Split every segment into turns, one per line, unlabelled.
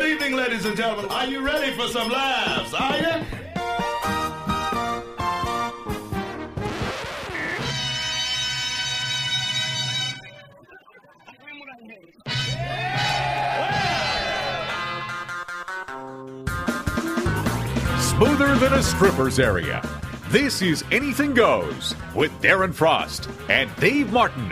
evening, ladies and gentlemen. Are you ready for some laughs? Are you?
Smoother than a stripper's area. This is Anything Goes with Darren Frost and Dave Martin.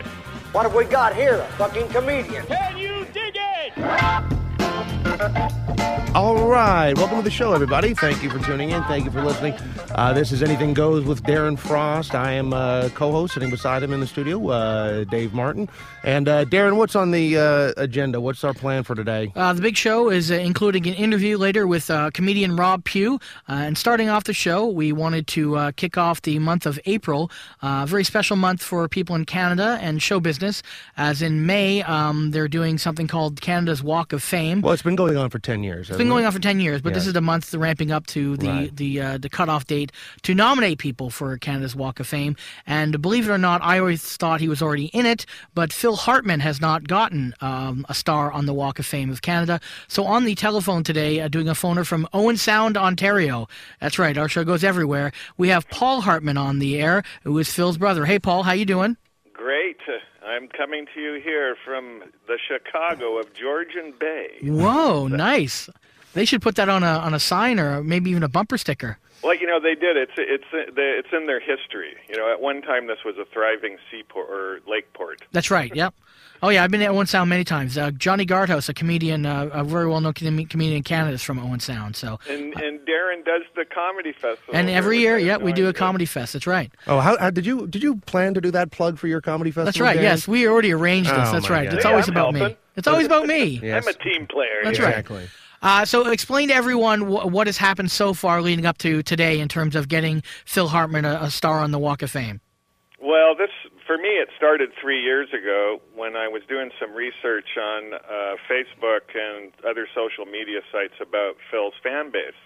What have we got here? A fucking comedian.
Can you dig it?
All right, welcome to the show, everybody. Thank you for tuning in. Thank you for listening. Uh, this is Anything Goes with Darren Frost. I am uh, co-host, sitting beside him in the studio, uh, Dave Martin. And uh, Darren, what's on the uh, agenda? What's our plan for today?
Uh, the big show is uh, including an interview later with uh, comedian Rob Pugh. Uh, and starting off the show, we wanted to uh, kick off the month of April, uh, a very special month for people in Canada and show business. As in May, um, they're doing something called Canada's Walk of Fame.
Well, it's been going on for ten years.
It's been going on for 10 years, but this
Yeah.
is the month ramping up to the
Right.
the uh, the cutoff date to nominate people for Canada's Walk of Fame. And believe it or not, I always thought he was already in it, but Phil Hartman has not gotten um, a star on the Walk of Fame of Canada. So on the telephone today, uh, doing a phoner from Owen Sound, Ontario. That's right, our show goes everywhere. We have Paul Hartman on the air, who is Phil's brother. Hey, Paul, how you doing?
Great. I'm coming to you here from the Chicago of Georgian Bay.
Whoa, nice. They should put that on a on a sign or maybe even a bumper sticker.
Well, you know they did. It's it's it's in their history. You know, at one time this was a thriving seaport or lake port.
That's right. Yep. Oh yeah, I've been at Owen Sound many times. Uh, Johnny Gardhouse, a comedian, uh, a very well-known com- comedian in Canada, is from Owen Sound. So,
And and Darren does the comedy festival.
and every year, yeah,
yeah,
we do a comedy fest. That's right.
Oh, how, how did you did you plan to do that plug for your comedy festival?
That's right.
Darren?
Yes, we already arranged this.
Oh,
that's
my
right.
God.
It's
Yeah,
always
I'm
about me.
helping.
It's always about me.
Yes.
I'm a team player.
That's
here.
right.
Exactly.
Uh, so, explain to everyone wh- what has happened so far leading up to today in terms of getting Phil Hartman a, a star on the Walk of Fame.
Well, this for me it started three years ago when I was doing some research on uh, Facebook and other social media sites about Phil's fan base,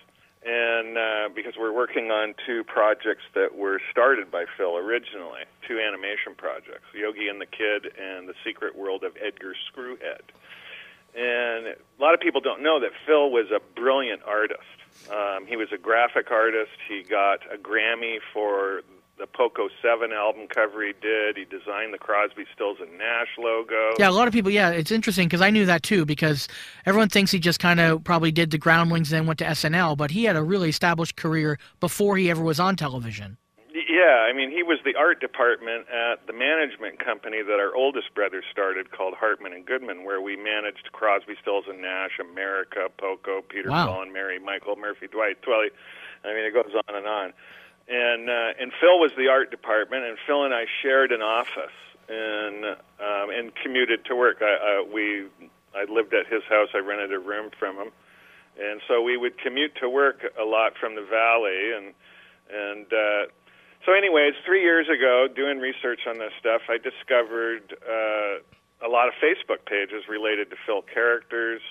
and uh, because we're working on two projects that were started by Phil originally, two animation projects, Yogi and the Kid and The Secret World of Edgar Screwhead. And a lot of people don't know that Phil was a brilliant artist. Um, he was a graphic artist. He got a Grammy for the Poco 7 album cover he did. He designed the Crosby, Stills, and Nash logo.
Yeah, a lot of people. Yeah, it's interesting because I knew that too. Because everyone thinks he just kind of probably did the Groundlings, then went to SNL. But he had a really established career before he ever was on television.
Yeah, I mean, he was the art department at the management company that our oldest brother started called Hartman and Goodman, where we managed Crosby, Stills and Nash, America, Poco, Peter
Wow.
Paul and Mary, Michael Murphy, Dwight Twilley. I mean, it goes on and on. And uh, and Phil was the art department, and Phil and I shared an office and um, and commuted to work. I, I we I lived at his house. I rented a room from him and so we would commute to work a lot from the valley and and uh so anyways three years ago doing research on this stuff i discovered uh a lot of facebook pages related to phil characters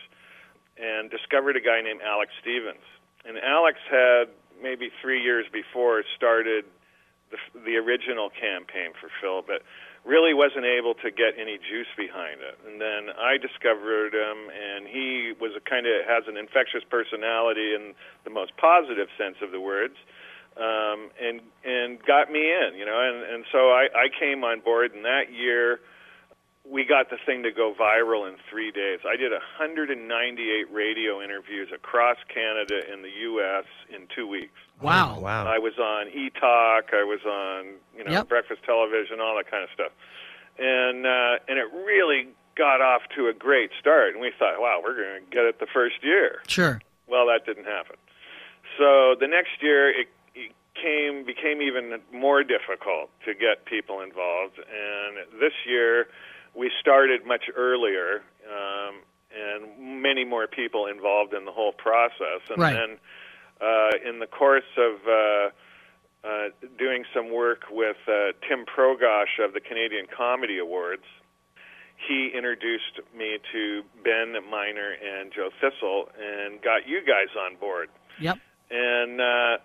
and discovered a guy named alex stevens and alex had maybe three years before started the, the original campaign for Phil, but really wasn't able to get any juice behind it. And then I discovered him, and he was a kind of has an infectious personality in the most positive sense of the words, um, and and got me in, you know. And and so I, I came on board, and that year we got the thing to go viral in three days. I did 198 radio interviews across Canada and the U.S. in two weeks.
Wow.
Oh, Wow.
I was on E Talk. I was on you know
Yep.
breakfast television, all that kind of stuff, and uh, and it really got off to a great start. And we thought, wow, we're going to get it the first year.
Sure.
Well, that didn't happen. So the next year, it, it came became even more difficult to get people involved. And this year, we started much earlier, um, and many more people involved in the whole process. And
Right.
then, uh, in the course of uh, uh, doing some work with uh, Tim Progosh of the Canadian Comedy Awards, he introduced me to Ben Miner and Joe Thistle and got you guys on board.
Yep.
And uh,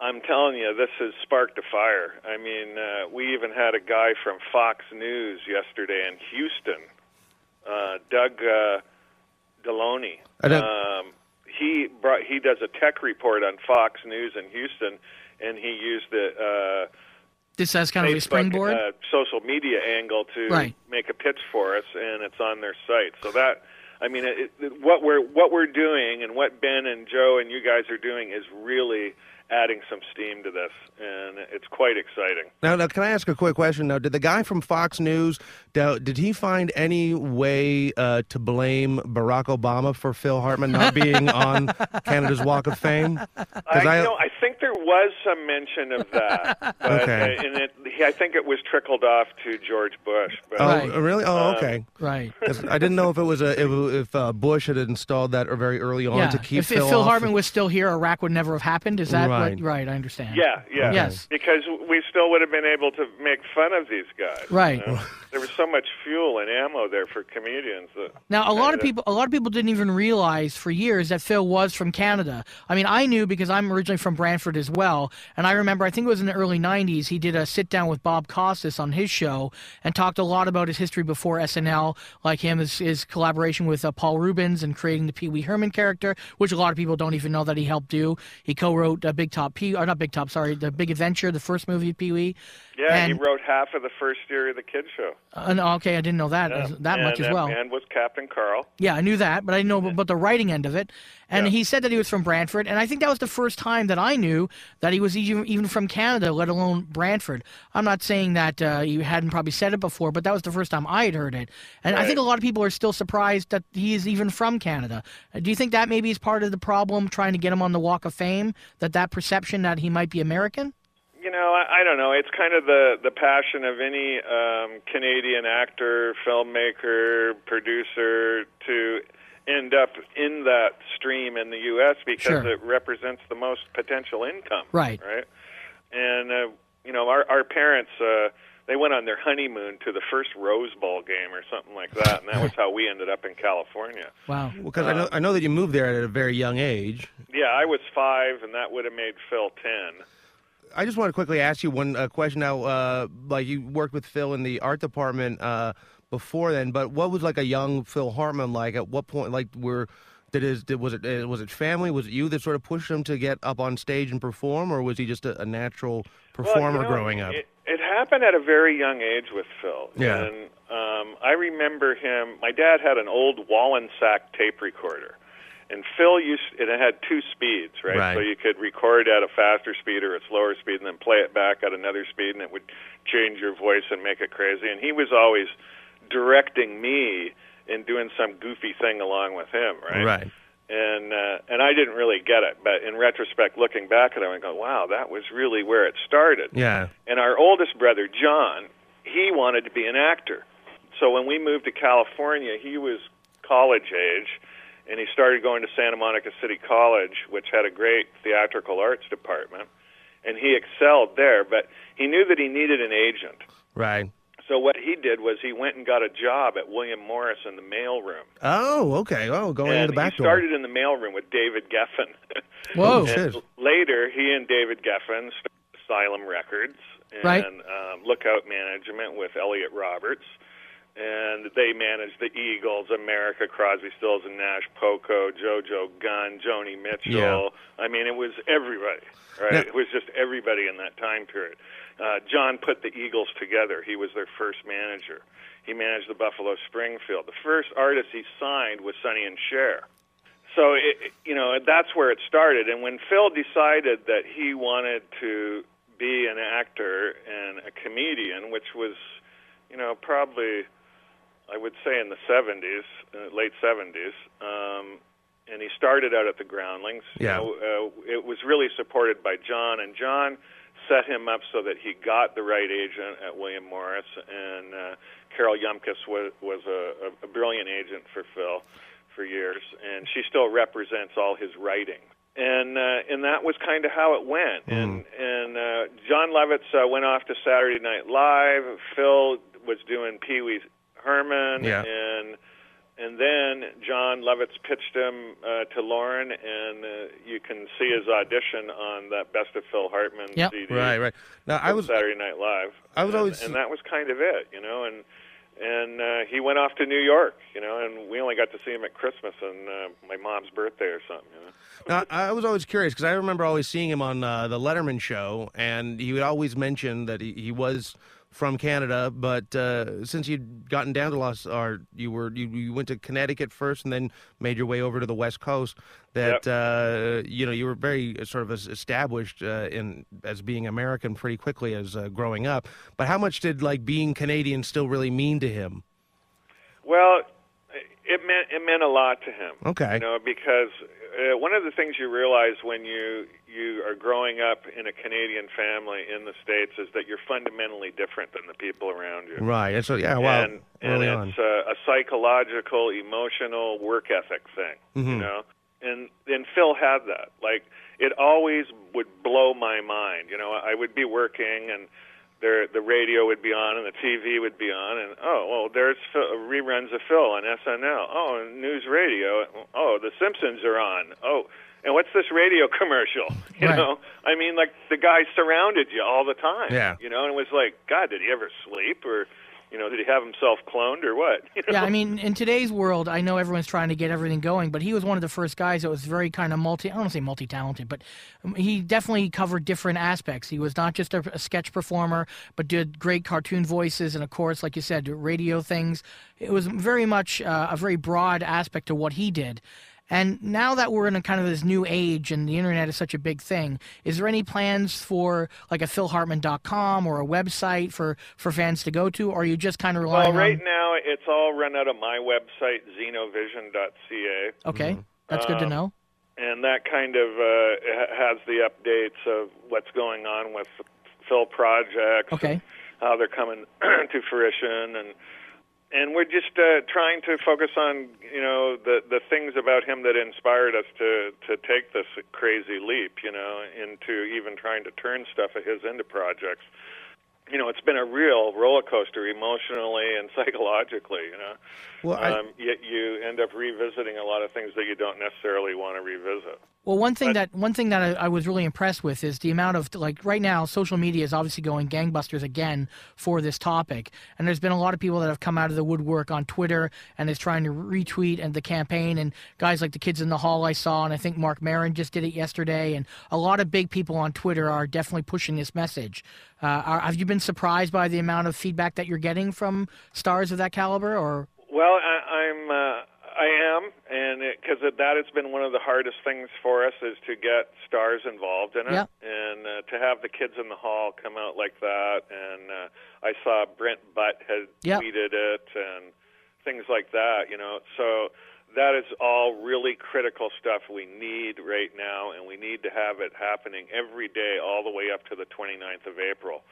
I'm telling you, this has sparked a fire. I mean, uh, we even had a guy from Fox News yesterday in Houston, uh, Doug uh, Deloney.
I don't-
Um, he brought he does a tech report on Fox News in Houston, and he used the. Uh,
This as kind of a
Facebook,
springboard.
uh, social media angle to
Right.
make a pitch for us, and it's on their site. So that, I mean, it, it, what we're what we're doing, and what Ben and Joe and you guys are doing, is really adding some steam to this, and it's quite exciting.
Now, now, can I ask a quick question? Now, did the guy from Fox News now, did he find any way uh, to blame Barack Obama for Phil Hartman not being on Canada's Walk of Fame? 'Cause
I, know, I think there was some mention of that, but
Okay.
uh, and it, he- I think it was trickled off to George Bush. But
oh,
Right.
really? Oh, okay.
right.
'Cause I didn't know if it was a if, if uh, Bush had installed that very early on
Yeah.
to keep
if,
Phil,
if Phil
off-
Hartman was still here, Iraq would never have happened. Is that
Right.
what? Right. I understand.
Yeah, yeah.
Yes.
Because we still would have been able to make fun of these guys. you
Right.
know? There was so much fuel and ammo there for comedians. That,
Now, a lot of
Canada.
people, a lot of people didn't even realize for years that Phil was from Canada. I mean, I knew because I'm originally from Brantford as well, and I remember I think it was in the early '90s he did a sit down with Bob Costas on his show and talked a lot about his history before SNL, like him his, his collaboration with uh, Paul Rubens and creating the Pee Wee Herman character, which a lot of people don't even know that he helped do. He co-wrote uh, Big Top Pee, or not Big Top, sorry, the Big Adventure, the first movie of Pee Wee.
Yeah,
and,
he wrote half of the first year of the Kid Show.
uh, no, okay, I didn't know that
Yeah.
that much
and
as well.
man was Captain Carl.
Yeah, I knew that, but I didn't know about the writing end of it. And he said that he was from Brantford, and I think that was the first time that I knew that he was even even from Canada, let alone Brantford. I'm not saying that uh, you hadn't probably said it before, but that was the first time I had heard it. And I think a lot of people are still surprised that he is even from Canada. Uh, Do you think that maybe is part of the problem trying to get him on the Walk of Fame? That that perception that he might be American.
You know, I, I don't know. It's kind of the the passion of any um, Canadian actor, filmmaker, producer to end up in that stream in the U.S. because
Sure.
it represents the most potential income.
Right.
Right. And uh, you know, our our parents. Uh, they went on their honeymoon to the first Rose Bowl game or something like that, and that was how we ended up in California.
Wow.
Because I know I know that you moved there at a very young age.
Yeah, I was five, and that would have made Phil ten.
I just want to quickly ask you one uh, question now. Uh, like you worked with Phil in the art department uh, before then, but what was like a young Phil Hartman like? At what point, like, were did his did, was it uh, was it family? Was it you that sort of pushed him to get up on stage and perform, or was he just a, a natural
Well, you
performer
know,
growing up?
It, it happened at a very young age with Phil.
Yeah.
And um, I remember him. My dad had an old Wallensack tape recorder, and Phil used and it had two speeds, right?
Right.
So you could record at a faster speed or a slower speed, and then play it back at another speed, and it would change your voice and make it crazy. And he was always directing me and doing some goofy thing along with him, right?
Right.
and uh, and I didn't really get it. But in retrospect, looking back at it, I go, "Wow, that was really where it started."
Yeah.
And our oldest brother John, he wanted to be an actor, so when we moved to California, he was college age, and he started going to Santa Monica City College, which had a great theatrical arts department, and he excelled there. But he knew that he needed an agent.
Right.
So what he did was he went and got a job at William Morris in the mailroom.
Oh, okay. Oh, going in
And
the back
he
door.
started in the mailroom with David Geffen.
Whoa.
Oh, shit.
And later, he and David Geffen started Asylum Records and
Right.
um, Lookout Management with Elliot Roberts. And they managed the Eagles, America, Crosby, Stills and Nash, Poco, JoJo Gunn, Joni Mitchell.
Yeah.
I mean, it was everybody, right?
Now-
it was just everybody in that time period. Uh, John put the Eagles together. He was their first manager. He managed the Buffalo Springfield. The first artist he signed was Sonny and Cher. So it, it- you know that's where it started. And when Phil decided that he wanted to be an actor and a comedian, which was, you know, probably I would say in the '70s, uh, late '70s, um, and he started out at the Groundlings. You
Yeah.
know, uh, it was really supported by John, and John set him up so that he got the right agent at William Morris, and uh, Carol Yumkus was, was a, a- a brilliant agent for Phil for years, and she still represents all his writing. And uh, and that was kind of how it went. And and uh, John Lovitz uh, went off to Saturday Night Live. Phil was doing Pee Wee Herman,
Yeah.
and and then John Lovitz pitched him uh, to Lauren, and uh, you can see his audition on that Best of Phil Hartman
Yep.
CD.
right. Right. Now I
from
was.
Saturday Night Live.
I was
and,
always-
and that was kind of it, you know. And and uh, he went off to New York, you know, and we only got to see him at Christmas and uh, my mom's birthday or something, you know.
Now, I I was always curious because I remember always seeing him on uh, the Letterman show, and he would always mention that he, he was from Canada. But uh, since you'd gotten down to Los, or you were you, you went to Connecticut first, and then made your way over to the West Coast, that uh, you know you were very uh, sort of es- established uh, in as being American pretty quickly as uh, growing up. But how much did like being Canadian still really mean to him?
Well, it meant it meant a lot to him.
Okay.
You know, because uh, one of the things you realize when you you are growing up in a Canadian family in the states is that you're fundamentally different than the people around you.
Right. And so yeah, well,
and and
early on.
it's a, a psychological, emotional work ethic thing,
Mm-hmm.
you know. And and Phil had that. Like it always would blow my mind. You know, I would be working and there the radio would be on and the TV would be on and oh well, there's Phil, reruns of Phil on SNL. Oh, and news radio. Oh, The Simpsons are on. Oh. And what's this radio commercial? You
Right.
know, I mean, like the guy surrounded you all the time.
Yeah.
You know, and it was like, God, did he ever sleep or, you know, did he have himself cloned or what? You know?
yeah, I mean, in today's world, I know everyone's trying to get everything going, but he was one of the first guys that was very kind of multi, I don't want to say multi talented, but um, he definitely covered different aspects. He was not just a, a sketch performer, but did great cartoon voices and, of course, like you said, radio things. It was very much uh, a very broad aspect to what he did. And now that we're in a kind of this new age and the internet is such a big thing, is there any plans for like a philhartman.com or a website for, for fans to go to? Or are you just kind of relying
Well, right
on.
now it's all run out of my website, xenovision.ca,
Okay, that's good to know.
and that kind of uh, ha- has the updates of what's going on with Phil projects,
Okay.
and how they're coming to fruition, and and we're just uh, trying to focus on you know the the things about him that inspired us to to take this crazy leap, you know, into even trying to turn stuff of his into projects. You know, it's been a real roller coaster emotionally and psychologically. You know,
Well, I-
um, yet you end up revisiting a lot of things that you don't necessarily want to revisit.
Well, one thing that one thing that I, I was really impressed with is the amount of like right now, social media is obviously going gangbusters again for this topic, and there's been a lot of people that have come out of the woodwork on Twitter and is trying to retweet and the campaign and guys like the kids in the hall I saw, and I think Mark Marin just did it yesterday, and a lot of big people on Twitter are definitely pushing this message. Uh, are, have you been surprised by the amount of feedback that you're getting from stars of that caliber, or
Well, I, I'm uh, I am, and because that has been one of the hardest things for us is to get stars involved in it,
Yeah.
and uh, to have the kids in the hall come out like that. And uh, I saw Brent Butt had
Yeah.
tweeted it, and things like that. You know, so that is all really critical stuff we need right now, and we need to have it happening every day, all the way up to the 29th of April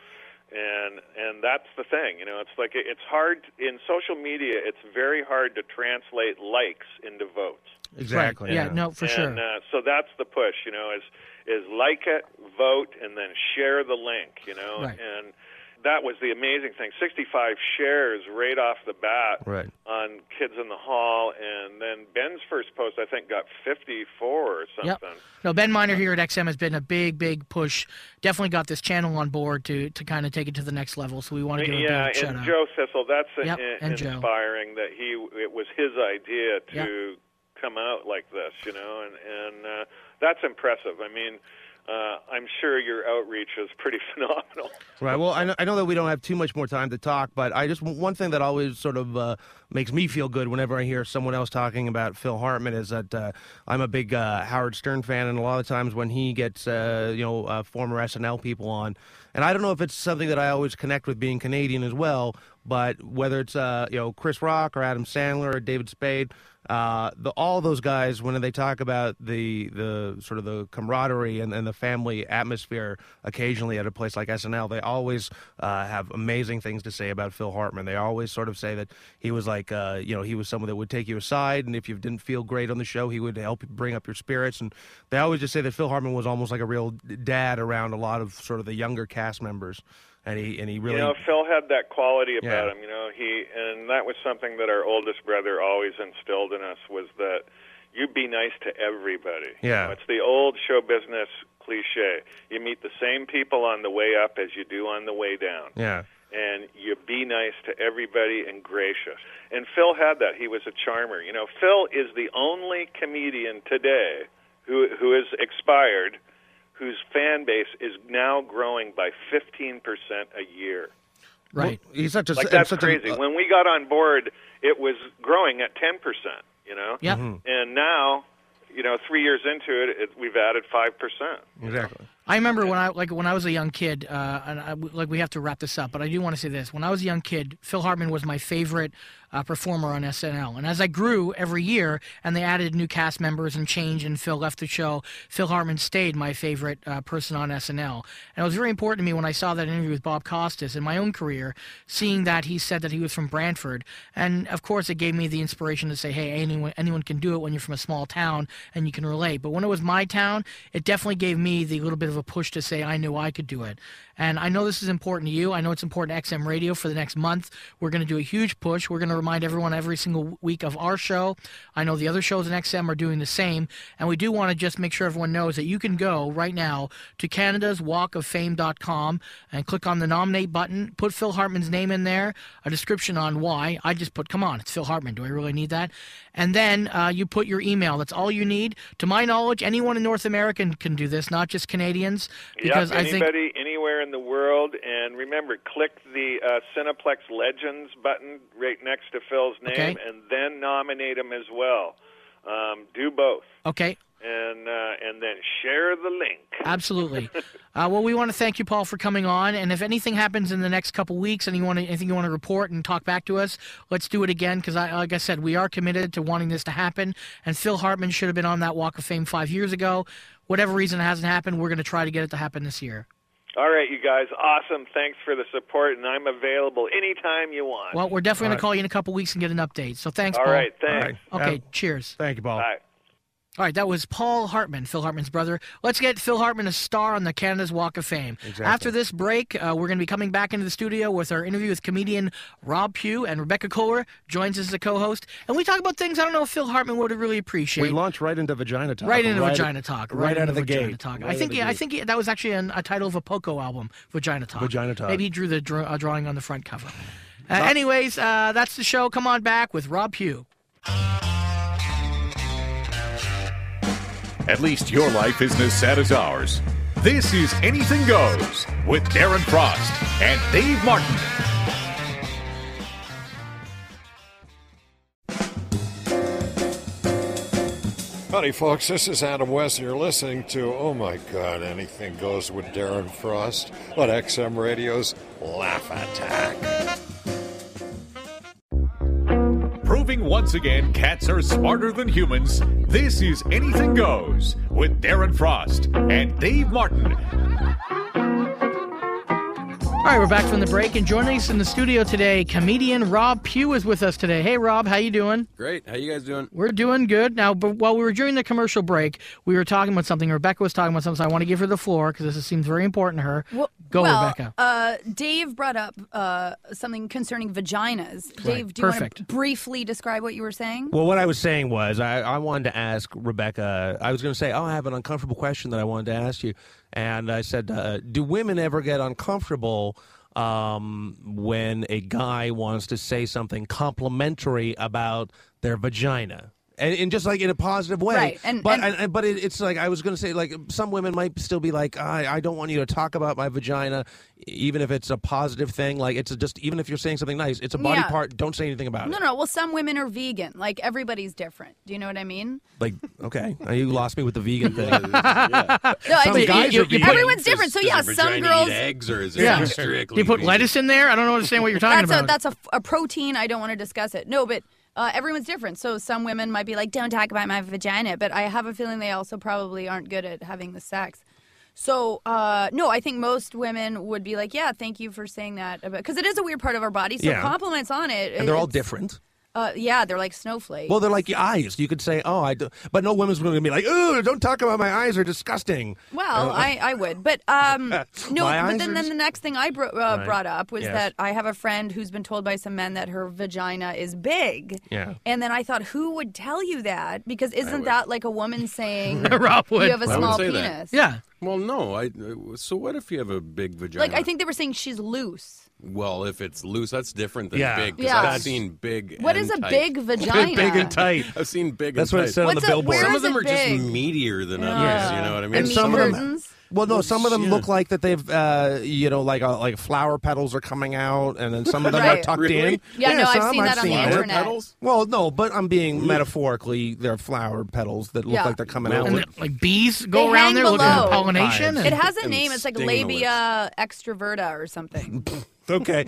and and that's the thing you know it's like it- it's hard in social media it's very hard to translate likes into votes
exactly.
yeah, no, for
and
sure.
uh, so that's the push you know is is like it vote and then share the link you know
Right.
and that was the amazing thing 65 shares right off the bat
Right.
on kids in the hall and then ben's first post i think got 54 or
Yep.
something
No, Ben Miner here at XM has been a big, big push. Definitely got this channel on board to to kind of take it to the next level. So we want to give
yeah,
a big shout
and
out.
Joe Thistle. That's uh,
Yep,
in-
and Joe.
inspiring that he it was his idea to come out like this, you know, and and uh, that's impressive. I mean, uh, I'm sure your outreach is pretty phenomenal.
Right. Well, I know, I know that we don't have too much more time to talk, but I just one thing that always sort of uh, makes me feel good whenever I hear someone else talking about Phil Hartman is that uh, I'm a big uh, Howard Stern fan, and a lot of times when he gets uh, you know uh, former SNL people on, and I don't know if it's something that I always connect with being Canadian as well, but whether it's uh, you know Chris Rock or Adam Sandler or David Spade. Uh, the, all those guys, when they talk about the the sort of the camaraderie and, and the family atmosphere, occasionally at a place like SNL, they always uh, have amazing things to say about Phil Hartman. They always sort of say that he was like, uh, you know, he was someone that would take you aside, and if you didn't feel great on the show, he would help bring up your spirits. And they always just say that Phil Hartman was almost like a real dad around a lot of sort of the younger cast members, and he and he really
You know, Phil had that quality about
Yeah.
him. You know, he and that was something that our oldest brother always instilled in us was that you be nice to everybody. You
Yeah.
know, it's the old show business cliche. You meet the same people on the way up as you do on the way down.
yeah.
and you be nice to everybody and gracious. And Phil had that. He was a charmer. You know, Phil is the only comedian today who who is expired whose fan base is now growing by 15% a year.
Right.
Well, he's such a uh,
Like that's
such
crazy.
A,
when we got on board, it was growing at 10%, you know?
Yep.
And now, you know, 3 years into it, it we've added 5%.
exactly.
I remember when I like when I was a young kid, uh, and I, like we have to wrap this up, but I do want to say this. When I was a young kid, Phil Hartman was my favorite uh, performer on SNL, and as I grew every year, and they added new cast members and change, and Phil left the show, Phil Hartman stayed my favorite uh, person on SNL, and it was very important to me when I saw that interview with Bob Costas in my own career, seeing that he said that he was from Brantford, and of course it gave me the inspiration to say, hey, anyone anyone can do it when you're from a small town and you can relate. But when it was my town, it definitely gave me the little bit of a push to say I knew I could do it. And I know this is important to you. I know it's important to XM Radio for the next month. We're going to do a huge push. We're going to remind everyone every single week of our show. I know the other shows in XM are doing the same. And we do want to just make sure everyone knows that you can go right now to Canada's Walk of Fame.com and click on the nominate button. Put Phil Hartman's name in there, a description on why. I just put, come on, it's Phil Hartman. Do I really need that? And then uh, you put your email. That's all you need. To my knowledge, anyone in North America can do this, not just Canadians. Because
yep,
I think
anybody anywhere in the world, and remember, click the uh, Cineplex Legends button right next to Phil's name,
Okay.
and then nominate him as well. Um, do both,
okay.
and uh, and then share the link.
Absolutely. Uh, well, we want to thank you, Paul, for coming on. And if anything happens in the next couple weeks, and you want to, anything you want to report and talk back to us, let's do it again. Because, I, like I said, we are committed to wanting this to happen. And Phil Hartman should have been on that Walk of Fame five years ago. Whatever reason it hasn't happened, we're going to try to get it to happen this year.
All right, you guys, awesome. Thanks for the support, and I'm available anytime you want.
Well, we're
All
definitely going
right.
to call you in a couple weeks and get an update. So thanks,
All
Paul.
right,
All
thanks.
right.
Okay.
Uh,
cheers.
thank you, Paul.
Bye.
All right, that was Paul Hartman, Phil Hartman's brother. Let's get Phil Hartman a star on the Canada's Walk of Fame.
Exactly.
After this break, uh, we're going to be coming back into the studio with our interview with comedian Rob Pugh and Rebecca Kohler joins us as a co-host, and we talk about things I don't know if Phil Hartman would really appreciate.
We launch right into vagina talk.
Right into vagina talk.
Right, out of the
vagina
gate.
Talk.
Right
I
out
think.
of the
I
gate.
think that was actually an, a title of a Poco album, Vagina Talk.
Vagina Talk.
Maybe he drew the dra- uh, drawing on the front cover. Uh, anyways, uh, that's the show. Come on back with Rob Pugh.
At least your life isn't as sad as ours. This is Anything Goes with Darren Frost and Dave Martin.
Howdy, folks. This is Adam West, and you're listening to Oh My God, Anything Goes with Darren Frost on XM Radio's Laugh Attack.
Proving once again cats are smarter than humans, this is Anything Goes with Darren Frost and Dave Martin.
All right, we're back from the break, and joining us in the studio today, comedian Rob Pugh is with us today. Hey, Rob, how you doing?
Great. How you guys doing?
We're doing good now. But while we were during the commercial break, we were talking about something. Rebecca was talking about something. So I want to give her the floor because this seems very important to her.
Well,
Go,
well,
Rebecca.
Uh, Dave brought up uh, something concerning vaginas. Dave, do you want to
Perfect.
briefly describe what you were saying?
Well, what I was saying was I, I wanted to ask Rebecca. I was going to say, oh, I have an uncomfortable question that I wanted to ask you, and I said, uh, do women ever get uncomfortable um, when a guy wants to say something complimentary about their vagina? And, and just like in a positive way,
Right, and-
but
and-
and- but it, it's like I was going to say, like some women might still be like, I, I don't want you to talk about my vagina, even if it's a positive thing. Like it's just even if you're saying something nice, it's a body
Yeah.
part. Don't say anything about it.
no, no. Well, some women are vegan. Like everybody's different. Do you know what I mean?
Like, okay, Uh, you lost me with the vegan thing.
No, I
Some
mean,
guys
you-
are
you-
vegan.
everyone's different. So yeah, some girls.
eggs or is it
yeah.
just
Do
strictly
you put
vegan?
lettuce in there? I don't understand what you're talking
That's a
about.
that's a, f- a protein. I don't want to discuss it. No, but. Uh, everyone's different, so some women might be like, "Don't talk about my vagina," but I have a feeling they also probably aren't good at having the sex. So, uh, no, I think most women would be like, "Yeah, thank you for saying that," because it is a weird part of our body. So,
Yeah.
compliments on it.
and they're all
it's-
different.
Uh, yeah, they're like snowflakes.
Well, they're like your eyes. You could say, "Oh, I," do. but no woman's going to be like, "Ooh, don't talk about my eyes. Are disgusting."
Well, I, I would, but um, no.
My
But
eyes
then,
are
then
just-
the next thing I bro- uh, brought up was
Yes.
that I have a friend who's been told by some men that her vagina is big.
Yeah.
And then I thought, who would tell you that? Because isn't that like a woman saying
Rob
you
would.
have a
would
small
say that?
penis?
yeah.
Well, no. I. So what if you have a big vagina?
Like I think they were saying she's loose.
Well, if it's loose, that's different than
Yeah.
big. 'cause
Yeah.
I've seen big.
What
and
is a
tight.
big vagina?
Big and tight.
I've seen big.
That's
and
what it
tight.
said on the
What's a-
billboard.
where
Some
is
of them
it
are
big?
just meatier than others.
Yeah.
You know what I mean?
And
some
meat
of them-
curtains.
Well, no, some of them
shit.
look like that they've, uh, you know, like uh, like flower petals are coming out, and then some of them are
Right.
tucked
Really?
in.
Yeah, no, I've
some,
seen that on the
it.
Flower
internet.
petals.
Well, no, but I'm being metaphorically, they're flower petals that look
Yeah.
like they're coming out.
And
with-
the, like bees go
They
around
hang
there looking for
below.
pollination.
It has a
And
name. It's like
stinglets.
labia extroverta or something.
okay,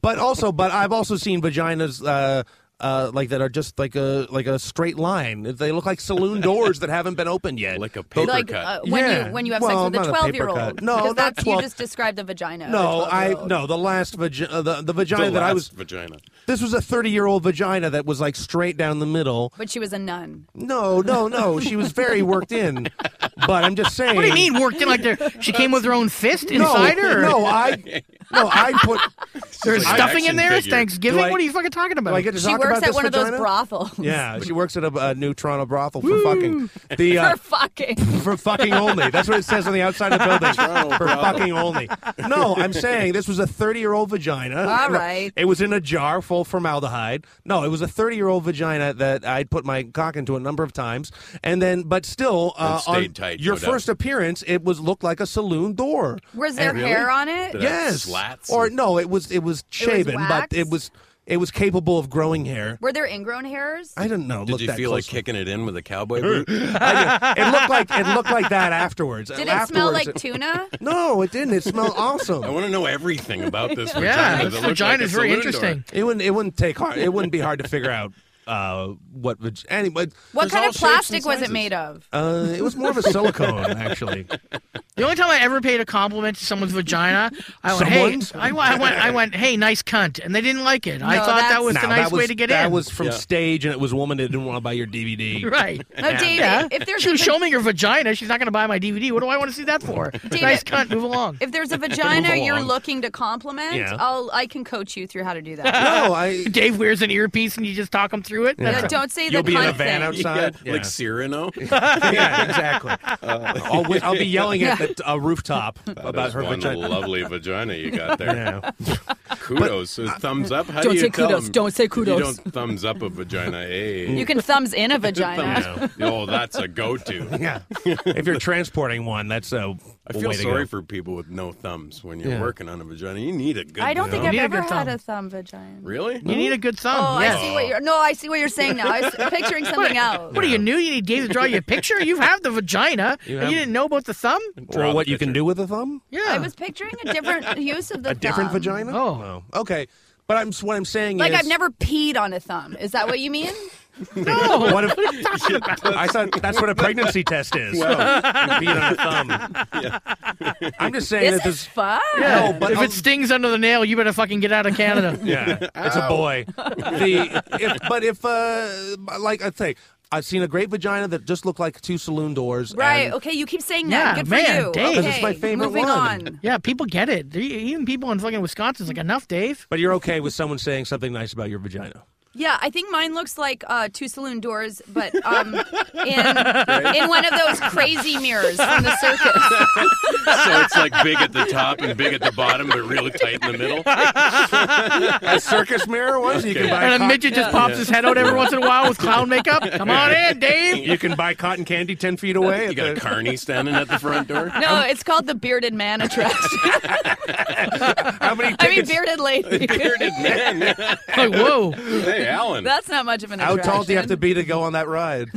but also, but I've also seen vaginas. Uh, uh, like that are just like a like a straight line. They look like saloon doors that haven't been opened yet.
Like a
Those-
paper
like
cut.
uh, when
Yeah.
you when you have
Well,
sex
not
with a
a paper
twelve year old.
cut. No, not
that's, you
12.
just described the vagina. of a
Oh,
No, I
12-year-old.
no the last vagina uh, the, the
The
vagina that I
last
was
vagina.
this was a thirty year old vagina that was like straight down the middle.
But she was a nun.
No, no, no. She was very worked in. But I'm just saying.
what do you mean worked in like they're she came with her own fist
No,
inside her?
no, I, no, I put.
There's
like
stuffing
action
in there. It's
figure.
Thanksgiving.
Do I-
what are you fucking talking about?
Do I get to
She
talk
works
about
at
this
one of those
vagina?
brothels.
Yeah, she works at a, a new Toronto brothel for fucking the uh,
For fucking.
for fucking only. That's what it says on the outside of the building.
Toronto
for
brothel.
fucking only. No, I'm saying this was a 30 year old vagina.
All right.
It was in a jar full of formaldehyde. No, it was a 30 year old vagina that I'd put my cock into a number of times, and then, but still, uh,
And stayed
on
tight,
Your
no doubt.
first appearance, it was looked like a saloon door.
Was there
And-
hair on it?
Did I-
Yes,
slats
or
and-
no, it was it was shaven, but
waxed?
it was it was capable of growing hair.
Were there ingrown hairs?
I didn't know.
Did
Look
you
that
feel like
closely.
kicking it in with a cowboy boot?
it looked like it looked like that afterwards.
Did it
afterwards,
smell like tuna?
No, it didn't. It smelled
I
awesome.
want to know everything about this vagina.
yeah,
that
this
looked
vagina
like a
is very
saloon
interesting.
Door.
It wouldn't. It wouldn't take hard. It wouldn't be hard to figure out uh, what. Vag- anyway,
What
There's
kind
all
of
shapes and
plastic was it
sizes.
made of?
uh, it was more of a silicone actually.
The only time I ever paid a compliment to someone's vagina, I went,
Someone's?
"Hey," I, went- I went, I went, "Hey, nice cunt," and they didn't like it. I
No,
thought that
that's-
was
No,
the nice
that was,
way to get
that
in.
was from
Yeah.
stage, and it was a woman that didn't want to buy your DVD.
right.
No, Dave.
Yeah.
If there's
she
a
was
va-
showing her vagina. She's not going to buy my DVD. What do I want to see that for? nice cunt. Move along.
if there's a vagina you're
along.
looking to compliment,
Yeah.
I'll I can coach you through how to do that.
No, I.
Dave wears an earpiece and you just talk him through it.
Yeah, don't say
You'll
the
be in a
cunt
van
thing.
outside.
Yeah, Uh,
Yeah.
Like Cyrano.
yeah, exactly. I'll, wi- I'll be yelling at the, a rooftop about
That's
her
one
vagina.
lovely vagina you got there.
Yeah.
Kudos. Uh, thumbs up. How
Don't
do you
say
tell
kudos.
them
Don't say
if
kudos.
You don't thumbs up a vagina. Hey.
You can thumbs in a vagina.
Thumbs- Oh, that's a go-to.
Yeah. If you're transporting one, that's
I
a a
feel
way to
sorry
go.
for people with no thumbs when you're
Yeah.
working on a vagina. You need a good.
I don't think
thumb.
I've
need a
ever
good
had
thumb.
a thumb vagina.
really.
You need a good thumb.
Oh,
yes.
I see what you're. No, I see what you're saying now. I was picturing something else.
What are you new? You need Dave to draw you a picture. You have the vagina. You,
have-
you didn't know about the thumb.
Draw
Or
the
what you can
picture.
do with a thumb?
Yeah.
I was picturing a different use of the
A different
thumb.
vagina?
Oh.
Oh, okay. But I'm what I'm saying
Like
is
I've never peed on a thumb. Is that what you mean?
No, what if, I thought that's what a pregnancy test is. Beat on a thumb. I'm just saying
this
that
is
this.
fun.
No, but
if
I'll-
it stings under the nail, you better fucking get out of Canada.
Yeah, it's a boy. The if, but if uh, like I say, I've seen a great vagina that just looked like two saloon doors.
Right.
and-
okay. You keep saying
Yeah,
that. Good
man,
for you.
Dave.
Okay.
This is my favorite
moving
one.
on.
Yeah, people get it. They- Even people in fucking Wisconsin's like, enough, Dave.
But you're okay with someone saying something nice about your vagina.
Yeah, I think mine looks like uh, two saloon doors, but um, in in one of those crazy mirrors from the circus.
so it's like big at the top and big at the bottom, but really tight in the middle.
A circus mirror was you can buy.
And a midget just pops his head out every once in a while with clown makeup. Come on in, Dave.
you can buy cotton candy ten feet away.
You got a carny standing at the front door.
No, it's called the bearded man attraction.
How many
I mean,
tickets?
bearded lady.
Bearded man.
Like, whoa.
Hey, Alan.
That's not much of an
How
attraction.
tall do you have to be to go on that ride?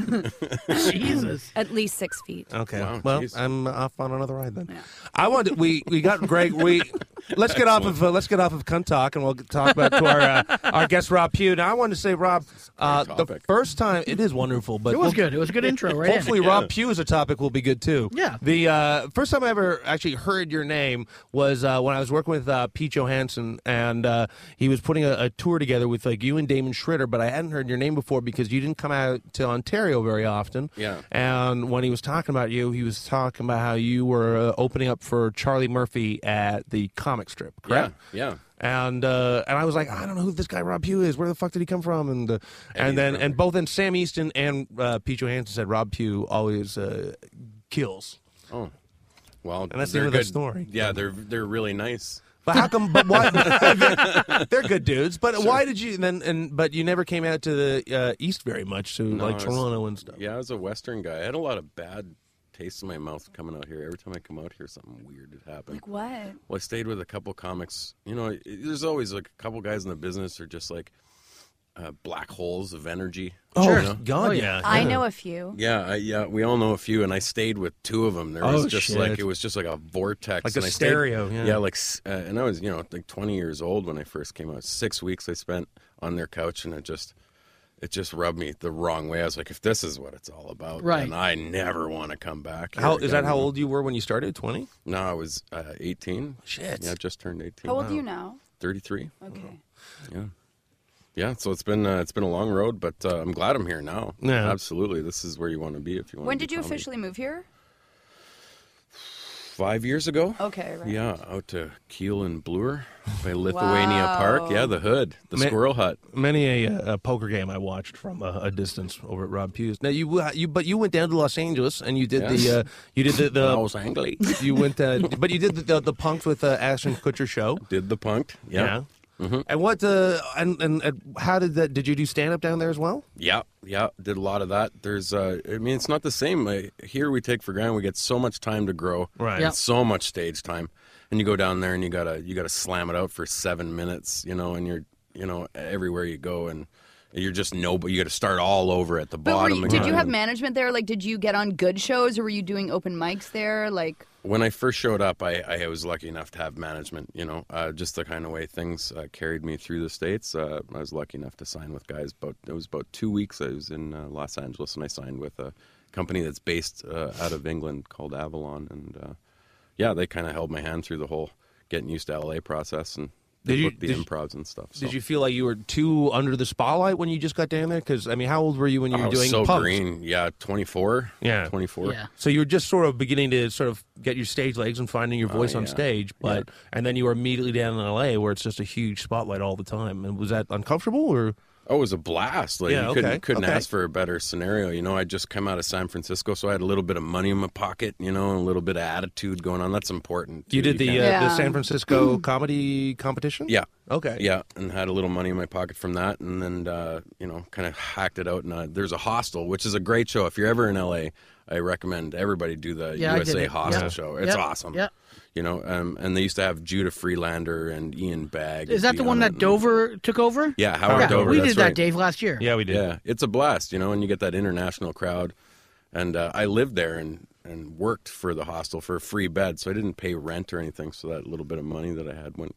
Jesus.
At least six feet.
Okay.
Wow,
well,
jeez.
I'm off on another ride then. I want to- we we got Greg. We let's get off of uh, let's get off of cunt talk and we'll talk about to our uh, our guest Rob Pugh. Now I want to say Rob, uh, the
topic.
first time it is wonderful, but
It was
we'll-
good. It was a good intro, right? in.
Hopefully, Rob Pugh as a topic will be good too.
Yeah.
The uh, first time I ever actually heard your name was uh, when I was working with uh, Pete Johansson, and uh, he was putting a, a tour together with like you and Damon Schritter. But I hadn't heard your name before because you didn't come out to Ontario very often.
Yeah.
And when he was talking about you, he was talking about how you were uh, opening up for Charlie Murphy at the comic strip.
yeah,
Correct.
yeah.
And uh, and I was like, I don't know who this guy Rob Pugh is. Where the fuck did he come from? And uh, and then and both then Sam Easton and uh, Pete Johansson said Rob Pugh always uh, kills.
Oh. Well,
And that's the
they're
end of the
good.
story.
Yeah, they're they're really nice.
But how come? But why? they're, they're good dudes. But why did you then? And but you never came out to the uh, east very much to
No,
like
it's-
Toronto and stuff.
Yeah, I was a Western guy. I had a lot of bad taste in my mouth coming out here. Every time I come out here, something weird had happened.
Like what?
Well, I stayed with a couple comics. You know, it- there's always like a couple guys in the business are just like uh, black holes of energy.
Oh
you know?
God,
Oh,
yeah.
yeah.
I know a few.
Yeah, I, yeah, we all know a few, and I stayed with two of them. There
Oh,
was just
shit.
like it was just like a vortex,
Like a
and I stayed-
stereo, yeah.
yeah. like s- uh, and I was you know like 20 years old when I first came out. Six weeks I spent on their couch, and it just it just rubbed me the wrong way. I was like, if this is what it's all about,
Right.
then I never want to come back. here
How is that?
again.
How old you were when you started? Twenty.
No, I was uh, 18.
Shit.
yeah, I just turned 18.
How old are you now?
33.
Okay.
Yeah, so it's been uh, it's been a long road, but uh, I'm glad I'm here now.
Yeah.
absolutely. This is where you want to be if Oh, you want.
When
to
did you officially move here?
Five years ago.
Okay, right.
Yeah, out to Kiel and Bloor by Lithuania Park. Yeah, the hood, the
Ma-
squirrel hut.
Many a, uh, a poker game I watched from a, a distance over at Rob Pugh's. Now you uh, you but you went down to Los Angeles and you did
Yes.
the uh, you did the, the
I was angry.
you went uh, but you did the the, the punked with uh, Ashton Kutcher show.
Did the punked? Yeah. Mm-hmm.
And what uh, and, and and how did that? Did you do stand up down there as well?
Yeah, yeah, did a lot of that. There's, uh, I mean, it's not the same. Uh, here we take for granted we get so much time to grow,
Right.
Yeah.
So much stage time, and you go down there and you gotta you gotta slam it out for seven minutes, you know, and you're you know everywhere you go and you're just nobody. You got to start all over at the
But were
bottom.
you,
again.
did you have management there? Like, did you get on good shows, or were you doing open mics there? Like,
when I first showed up, I, I was lucky enough to have management, you know, uh, just the kind of way things uh, carried me through the States. Uh, I was lucky enough to sign with guys, but it was about two weeks. I was in uh, Los Angeles and I signed with a company that's based uh, out of England called Avalon. And uh, yeah, they kind of held my hand through the whole getting used to LA process and they
Did you-
booked the
did you-
improvs and stuff. So.
Did you feel like you were too under the spotlight when you just got down there? Because I mean, how old were you when you
I
were
was
doing
so
punks?
green. Yeah, 24.
Yeah.
24.
Yeah.
So you were just sort of beginning to sort of get your stage legs and finding your voice on
yeah.
stage, but and then you were immediately down in L.A. where it's just a huge spotlight all the time. And was that uncomfortable or?
Oh, it was a blast! Like
Yeah,
you couldn't
okay,
couldn't
okay.
ask for a better scenario. You know, I just come out of San Francisco, so I had a little bit of money in my pocket. You know, and a little bit of attitude going on. That's important.
You
too.
did the uh,
can't-
the
Yeah.
San Francisco comedy competition.
yeah,
Okay.
yeah, and had a little money in my pocket from that, and then uh, you know, kind of hacked it out. And uh, there's a hostel, which is a great show. If you're ever in LA, I recommend everybody do the
Yeah, I did
USA
it.
Hostel
Yeah.
show. It's
Yeah.
awesome.
Yeah.
You know, um, and they used to have Judah Freelander and Ian Bagg. would
Is that
be
the one
on it,
that
and-
Dover took over?
um, Yeah, Howard Dover.
we
that's
did that,
right.
Dave, last year.
Yeah, we did.
Yeah, it's a blast, you know, and you get that international crowd. And uh, I lived there and, and worked for the hostel for a free bed, so I didn't pay rent or anything. So that little bit of money that I had went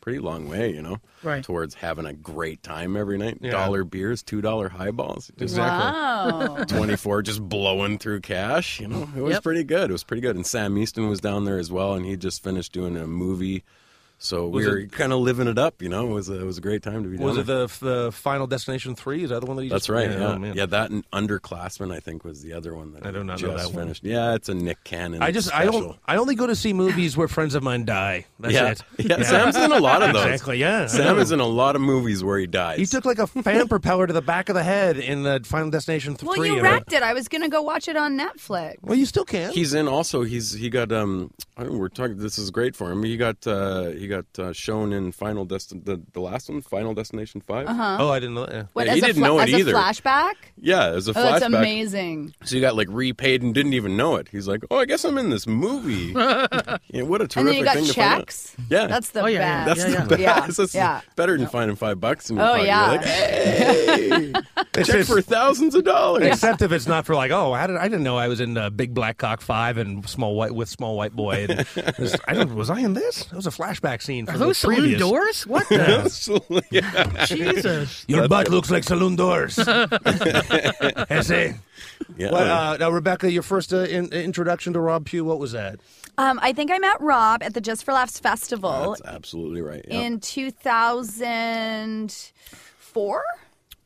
pretty long way, you know,
Right.
towards having a great time every night. Dollar beers, two dollar highballs, just
wow.
twenty four, just blowing through cash. You know, it was
Yep.
pretty good. It was pretty good. And Sam Easton was down there as well, and he just finished doing a movie. So
Was
we were
it-
kind of living it up, you know. It was a, it was a great time to be.
Was
down
it the the Final Destination three? Is that the one that you?
that's
just,
right. Yeah,
oh,
yeah.
man.
that and underclassmen, I think, was the other one that
I do not know
just
that one.
finished. Yeah, it's a Nick Cannon.
I just I don't
special.
I only go to see movies where friends of mine die. That's
yeah.
it.
yeah, Sam's in a lot of those.
Exactly. Yeah.
Sam is in a lot of movies where he dies.
He took like a fan propeller to the back of the head in uh, Final Destination three.
well,
and
you
I-
wrecked it. I was gonna go watch it on Netflix.
Well, you still can.
He's in also. He's he got um. I mean, we're talking. This is great for him. He got uh he got uh, shown in Final Destin the, the last one, Final Destination 5
Uh-huh.
oh, I didn't know. that.
What,
Yeah,
as
you
a
didn't know it
as a
either.
flashback?
Yeah, as a
Oh,
flashback.
that's amazing.
So he got like repaid and didn't even know it. He's like, oh, I guess I'm in this movie. yeah, what a terrific
And then you got
thing to find out.
checks.
Yeah,
That's the
Oh, yeah, yeah,
best.
That's the
yeah.
best. That's
Yeah.
better than finding five bucks in your
Oh
pocket.
yeah.
You're like, hey,
It's-
check
it's-
for thousands of dollars.
Except if it's not for like, oh, I didn't, I didn't know I was in uh, Big Black Cock Five and Small White with Small White Boy. And this- I don't, was I in this? That was a flashback scene. From
Are those
the
saloon
previous.
doors? What the?
Absolutely. Yeah.
Jesus.
Your butt looks like saloon doors. Essay.
Yeah.
Well, uh, now, Rebecca, your first uh, in, introduction to Rob Pugh, what was that?
Um, I think I met Rob at the Just for Laughs festival
That's absolutely right. Yeah.
in 2004.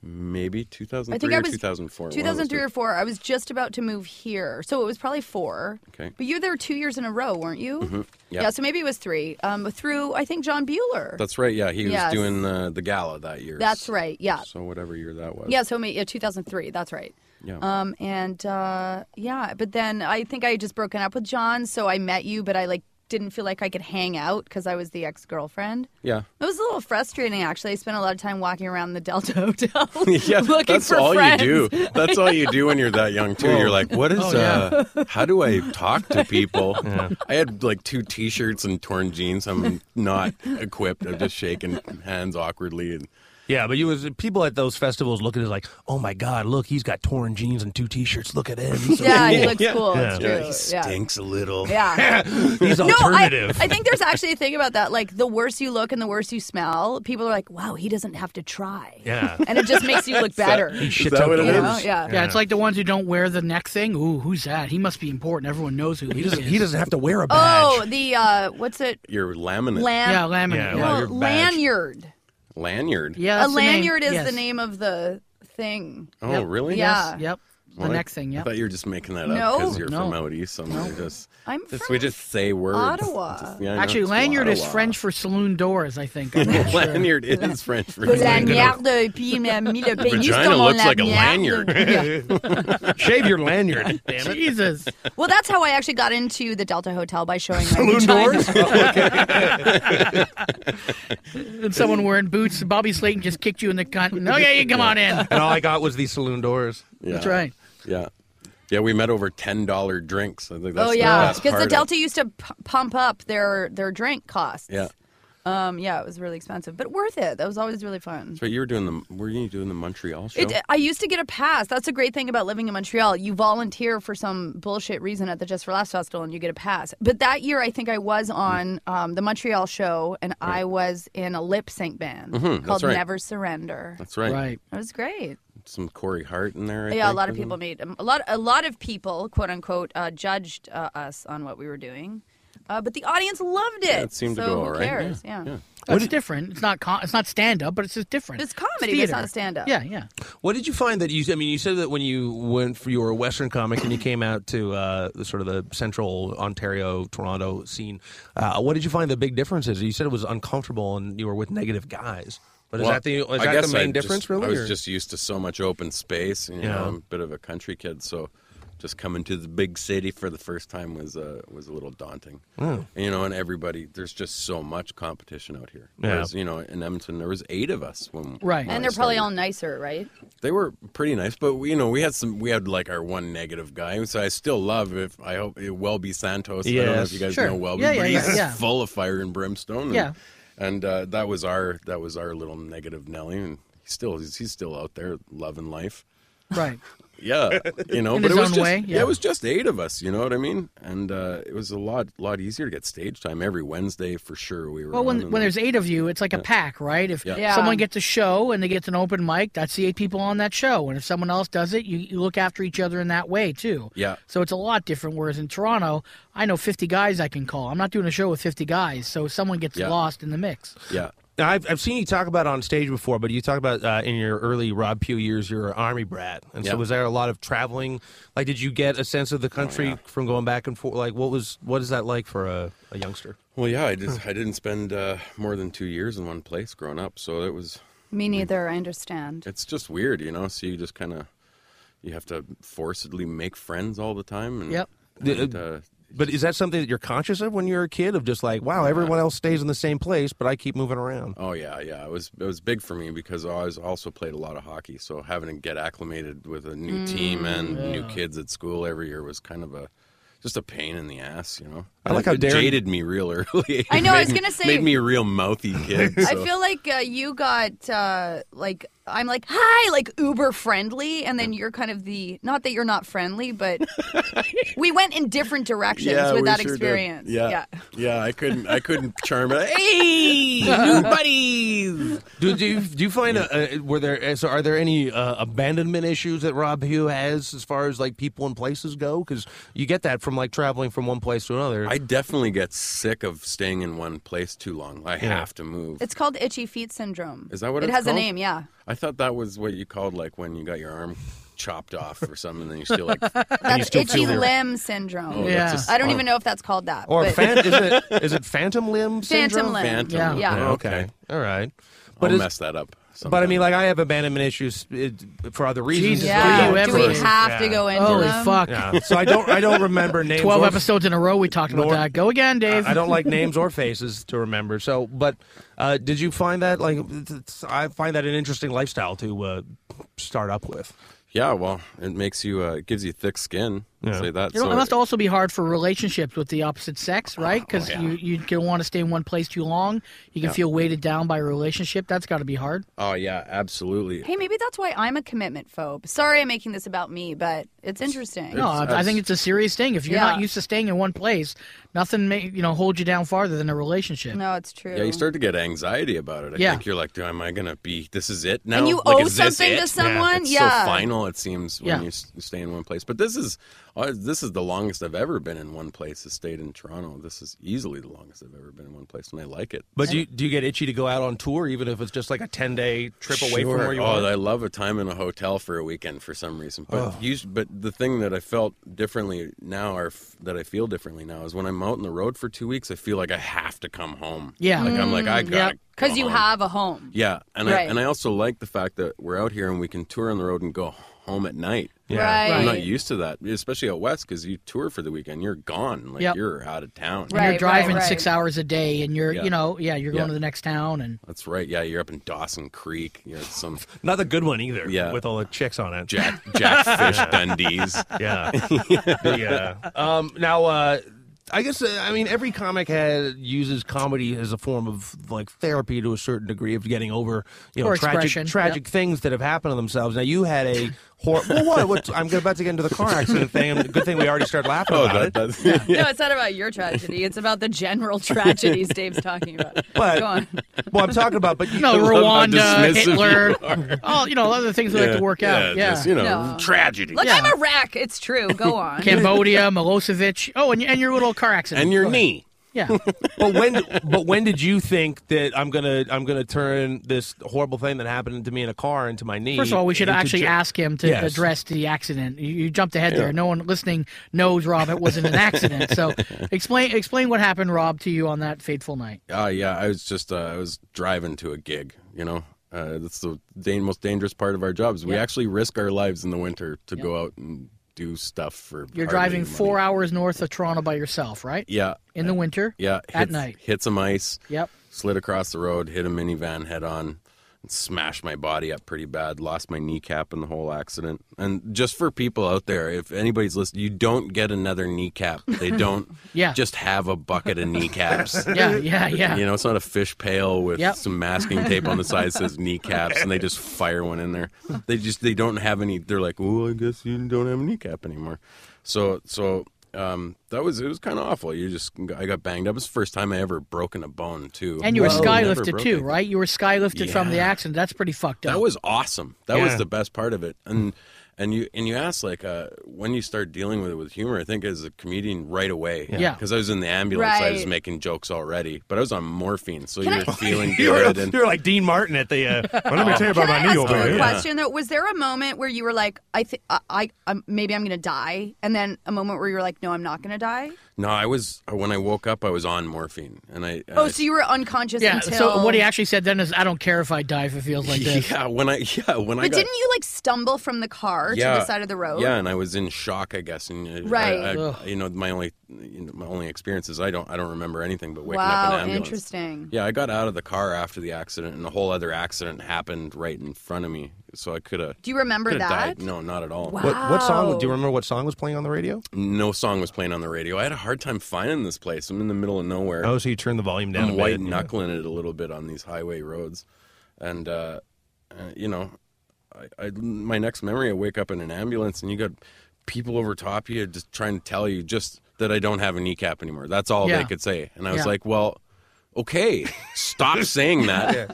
Maybe 2003
I think I
or
was
2004. one of those
2003
two.
or four. I was just about to move here, so it was probably four.
Okay. Mm-hmm.
But you were there two years in a row, weren't you?
Yeah.
So maybe it was three. Um, through I think John Bueller.
That's right. Yeah, he was
Yes.
doing uh, the gala that year.
That's right. Yeah.
So whatever year that was.
Yeah. So maybe yeah, 2003. That's right.
Yeah.
Um, and uh, yeah, but then I think I had just broken up with John, so I met you, but I like didn't feel like I could hang out because I was the ex girlfriend.
Yeah.
It was a little frustrating, actually. I spent a lot of time walking around the Delta Hotel
yeah,
looking
that's
for
all
friends.
you do. That's all you do when you're that young too. You're like, what is?
yeah.
uh, how do I talk to people? I had like two T-shirts and torn jeans. I'm not equipped. I'm just shaking hands awkwardly and.
Yeah, but you was people at those festivals looking at it like, oh my god, look, he's got torn jeans and two t-shirts. Look at him. He's,
Yeah, he looks cool.
Yeah.
It's true.
Yeah, he
Yeah.
stinks a little.
Yeah.
he's
No, I,
alternative.
I think there's actually a thing about that. Like, the worse you look and the worse you smell, people are like, wow, he doesn't have to try.
yeah,
And it just makes you look better.
he shits
that
out
what it
you
doors.
know?
is?
Yeah.
Yeah, it's like the ones who don't wear the neck thing. Ooh, who's that? He must be important. Everyone knows who
He
he is.
doesn't. He doesn't have to wear a badge.
Oh, the, uh, what's it?
Your laminate
Lam-
Yeah, laminate.
Yeah,
Yeah,
well,
no,
your badge.
lanyard.
lanyard.
Yeah,
a
that's the name.
lanyard is
Yes.
the name of the thing.
Oh,
Yep.
really?
Yeah.
Yes, yep. The
Well, I-
neck thing.
I
Yep.
thought you were just making that up
No.
because you're from
No.
out east. So I'm gonna just,
I'm
just-
from
we just say words.
Ottawa.
Just- yeah, I know,
Actually,
it's
lanyard is
Ottawa.
French for saloon doors. I think. I'm not sure.
lanyard is French for
lanyard, et puis il m'a mis le pénis
Vagina
dans mon
looks like a
lanyard.
Shave your lanyard. Damn it.
Jesus.
Well, that's how I actually got into the Delta Hotel by showing my vagina.
And someone wearing boots. Bobby Slayton just kicked you in the cunt. Okay, you come on in.
And all I got was these saloon doors.
Yeah.
That's right.
Yeah. Yeah, we met over ten dollar drinks. I think that's
Oh
the
yeah,
best
because
part
the
of-
Delta used to p- pump up their their drink costs.
Yeah.
Um, yeah, it was really expensive, but worth it. That was always really fun.
But you were doing the were you doing the Montreal show?
It, uh, I used to get a pass. That's a great thing about living in Montreal. You volunteer for some bullshit reason at the Just for Laughs Festival and you get a pass. But that year, I think I
Mm.
was on um, the Montreal show and I was in a lip sync band called
Mm-hmm, right.
Never Surrender.
That's right.
Right.
That was great.
Some Corey Hart in there. I
yeah, a
think,
lot of
wasn't
people made um, a lot. A lot of people, quote unquote, uh, judged uh, us on what we were doing, uh, but the audience loved it.
it? It seemed
so
to go
who
all right.
cares? Yeah.
That's different. It's not. Con- it's not stand up, but it's just different.
It's comedy, but it's
theater.
not stand-up.
Yeah, yeah.
What did you find that you? I mean, you said that when you went for you were a Western comic and you came out to uh, the sort of the Central Ontario, Toronto scene. Uh, what did you find the big differences? You said it was uncomfortable and you were with negative guys. But
Well,
is that the is
I
that the
guess I
main difference?
just-
really,
I was
or-
just used to so much open space. You know,
Yeah.
I'm a bit of a country kid, so just coming to the big city for the first time was uh, was a little daunting.
Oh.
And, you know, and everybody, there's just so much competition out here.
Yeah.
Whereas, you know, in Edmonton, there was eight of us when
Right.
when
And
I
they're probably
started.
all nicer, right?
They were pretty nice, but we, you know, we had some. We had like our one negative guy, so I still love. If I hope it Welby Santos. I don't know
Yes.
if you guys
Sure.
know Welby,
Yeah, yeah,
but
yeah,
he's
yeah.
full of fire and brimstone. And,
Yeah.
and uh, that was our that was our little negative Nelly, and he's still he's, he's still out there loving life.
Right.
Yeah, you know,
In
but
his
it was
own
just
way, yeah.
it was just eight of us. You know what I mean? And uh, it was a lot lot easier to get stage time every Wednesday for sure. We were
Well,
on,
when
and
when there's eight of you, it's like a pack, right? If
Yeah.
someone gets a show and they get an open mic, that's the eight people on that show. And if someone else does it, you, you look after each other in that way too.
Yeah.
So it's a lot different. Whereas in Toronto, I know 50 guys I can call. I'm not doing a show with 50 guys, so someone gets
Yeah.
lost in the mix.
yeah.
Now, I've, I've seen you talk about it on stage before, but you talk about uh, in your early Rob Pugh years, you're an army brat, and
Yeah.
so was there a lot of traveling? Like, did you get a sense
Oh,
of the country from going back and forth? Like, what was what is that like for a, a youngster?
Well, yeah, I just I didn't spend uh, more than two years in one place growing up, so it was
Me neither. I understand.
it's just weird, you know. So you just kind of you have to forcedly make friends all the time, and
Yep.
and, uh,
But is that something that you're conscious of when you're a kid? Of just like, wow, everyone else stays in the same place, but I keep moving around.
oh yeah, yeah, it was it was big for me because I was also played a lot of hockey, so having to get acclimated with a new team
Mm,
and new kids at school every year was kind of a just a pain in the ass, you know.
I like
It
how Darren-
jaded me real early.
I know, I
Made
was
me-
gonna say-
made me a real mouthy kid.
I
so-
feel like uh, you got uh, like I'm like hi, like uber friendly, and then you're kind of the not that you're not friendly, but we went in different directions with
we
that
sure did.
experience.
Yeah.
yeah.
Yeah, I couldn't I couldn't charm it. Hey,
new buddies. Do, do you do you find a, a, were there so are there any uh, abandonment issues that Rob Hugh has as far as like people and places go? Because you get that from like traveling from one place to another.
I definitely get sick of staying in one place too long. I have to move.
It's called itchy feet syndrome.
Is that what
it
it's
has
called?
a name? Yeah.
I thought that was what you called like when you got your arm chopped off or something and then you still like
That's
still
itchy
feel it.
limb syndrome.
oh,
Yeah.
that's a
I don't even know if that's called that.
or
but
fan, is it is it phantom limb?
phantom
syndrome?
limb.
phantom.
Yeah.
Yeah.
Okay. all right. But
I'll
is,
mess that up.
But I
sometime.
mean, like I have abandonment issues it, for other reasons.
Jesus,
Yeah.
do you
Do we
ever-
have to
Yeah.
go into
Holy
them?
fuck.
Yeah. So I don't I don't remember names.
12
or-
episodes in a row we talked about
Nor-
that. Go again, Dave.
I don't like names or faces to remember. So, but uh, did you find that like it's- it's- I find that an interesting lifestyle to uh, start up with?
Yeah, well, it makes you, uh, it gives you thick skin.
Yeah.
Say that.
You know,
so
it must also be hard for relationships with the opposite sex,
Oh,
right? Because you you don't want to stay in one place too long. You can feel weighted down by a relationship. That's got to be hard.
oh yeah, absolutely.
Hey, maybe that's why I'm a commitment phobe. Sorry, I'm making this about me, but it's interesting.
No, I, I think it's a serious thing. If you're not
Yeah.
used to staying in one place, nothing may you know hold you down farther than a relationship.
No, it's true.
Yeah, you start to get anxiety about it. I
Yeah.
think you're like, "Do- am I gonna be? This is it now?
and you
like,
owe
is this
something
it?
to someone.
It's
yeah.
so final. It seems when
Yeah.
you s- stay in one place. But this is uh, this is the longest I've ever been in one place. I stayed in Toronto. This is easily the longest I've ever been in one place, and I like it.
But do you, do you get itchy to go out on tour, even if it's just like a ten day trip away from
Sure.
where you
oh,
are?
I love a time in a hotel for a weekend for some reason. But us- but the thing that I felt differently now, or f- that I feel differently now, is when I'm out on the road for two weeks, I feel like I have to come home.
Yeah.
like I'm like I got
Because you have a home.
Yeah, and I
Right.
and I also like the fact that we're out here and we can tour on the road and go home at night.
Yeah.
Right.
I'm not used to that, especially out west, because you tour for the weekend, you're gone, like
Yep.
you're out of town.
Right.
you're driving
right.
six hours a day, and you're
Yeah.
you know yeah you're going
Yeah.
to the next town, and
That's right. Yeah, you're up in Dawson Creek. You're at some
Not a good one either.
Yeah.
with all the chicks on it.
Jack Jackfish Dundee's.
Yeah. yeah. Um, now, uh, I guess uh, I mean every comic has uses comedy as a form of like therapy to a certain degree of getting over you know
Or
tragic
expression,
tragic things that have happened to themselves. Now you had a hor- well, what, what I'm about to get into the car accident thing. and Good thing we already started laughing
Oh,
about
that does.
it.
No, it's not about your tragedy. It's about the general tragedies Dave's talking about.
But
Go on.
well, I'm talking about but
you know
love how
Rwanda,
dismissive
Hitler, all you know other things we like to work out. Yeah,
just, you know,
No.
tragedy.
Look,
Yeah.
I'm a wreck. It's true. Go on.
Cambodia, Milosevic. Oh, and, and your little car accident
and your
Go ahead.
knee.
Yeah.
but when but when did you think that I'm gonna I'm gonna turn this horrible thing that happened to me in a car into my knee?
First of all, we should
into
actually
ju-
ask him to
Yes.
address the accident. You, you jumped ahead there. No one listening knows, Rob, it wasn't an accident. so explain explain what happened, Rob, to you on that fateful night.
Uh, yeah, I was just uh, I was driving to a gig. You know, uh, that's the dan- most dangerous part of our jobs. We actually risk our lives in the winter to go out and do stuff for. hardly
You're driving
any
four
money.
hours north of Toronto by yourself, right?
Yeah,
In the winter.
yeah.
At
hit-
night.
hit some ice.
Yep.
Slid across the road, hit a minivan head on, and smashed my body up pretty bad. Lost my kneecap in the whole accident. And just for people out there, if anybody's listening, you don't get another kneecap. They don't.
Yeah.
Just have a bucket of kneecaps.
Yeah, yeah, yeah.
You know, it's not a fish pail with
Yep.
some masking tape on the side that says kneecaps, and they just fire one in there. They just they don't have any. They're like, well, I guess you don't have a kneecap anymore. So so um, that was it was kind of awful. You just I got banged up. It's the first time I ever broken a bone too.
And you were
Never
skylifted
broke
too,
it.
right? You were skylifted from the
Yeah.
accident. That's pretty fucked up.
That was awesome. That
Yeah.
was the best part of it. And and you and you asked like uh, when you start dealing with it with humor. I think as a comedian right away.
Yeah.
Because I was in the ambulance, I was
Right.
making jokes already, but I was on morphine, so
Can
you're
I-
feeling
You're,
good. and,
you're like Dean Martin at the. Uh, well, let me tell you about
Can
my
I
knee
ask
over
you a
here.
question though? Was there a moment where you were like, I think I, I I'm, maybe I'm gonna die, and then a moment where you were like, No, I'm not gonna die.
No, I was uh, when I woke up. I was on morphine, and I. uh,
Oh,
I-
so you were unconscious
yeah.
until.
So what he actually said then is, "I don't care if I die if it feels like this."
yeah, when I yeah when I.
But
got,
didn't you like stumble from the car
yeah,
to the side of the road?
Yeah, and I was in shock, I guess. And uh, I-
Right.
I, I-
Ugh.
you know, my only you know, my only experience is I don't I don't remember anything but waking up in an
Wow,
ambulance.
interesting.
Yeah, I got out of the car after the accident, and a whole other accident happened right in front of me. So I could have.
Do you remember
could have
that?
died. No, not at all.
Wow.
What, what song? Do you remember what song was playing on the radio?
No song was playing on the radio. I had a hard time finding this place. I'm in the middle of nowhere.
Oh, so you turned the volume down.
I'm
a
white
bit.
knuckling it a little bit on these highway roads, and uh, uh, you know, I, I my next memory, I wake up in an ambulance, and you got people over top of you just trying to tell you just that I don't have a kneecap anymore. That's all
Yeah.
they could say, and I was
Yeah.
like, well. Okay, stop saying that.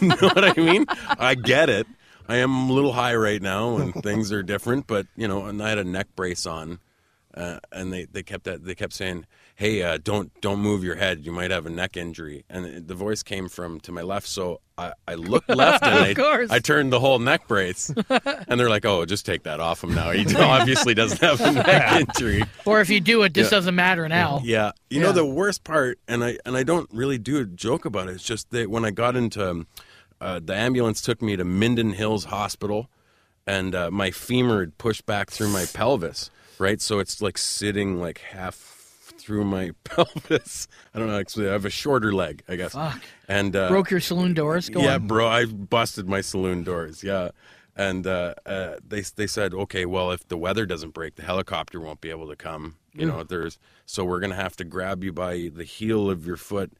You know what I mean? I get it. I am a little high right now, and things are different. But you know, and I had a neck brace on, uh, and they, they kept that they kept saying, "Hey, uh, don't don't move your head. You might have a neck injury." And it- the voice came from to my left, so I, I looked left and I,
course.
I turned the whole neck brace, and they're like, "Oh, just take that off him now. He obviously doesn't have a neck injury."
Or if you do it, this doesn't matter now.
Yeah, you know
Yeah.
the worst part, and I and I don't really do a joke about it. It's just that when I got into um, uh, the ambulance took me to Minden Hills Hospital, and uh, my femur had pushed back through my pelvis. Right, so it's like sitting like half through my pelvis. I don't know. Actually, I have a shorter leg, I guess.
Fuck.
And uh,
Broke your saloon doors. Go
yeah,
on.
bro, I busted my saloon doors. Yeah, and uh, uh, they they said, okay, well, if the weather doesn't break, the helicopter won't be able to come. You
Hmm.
know, there's so we're gonna have to grab you by the heel of your foot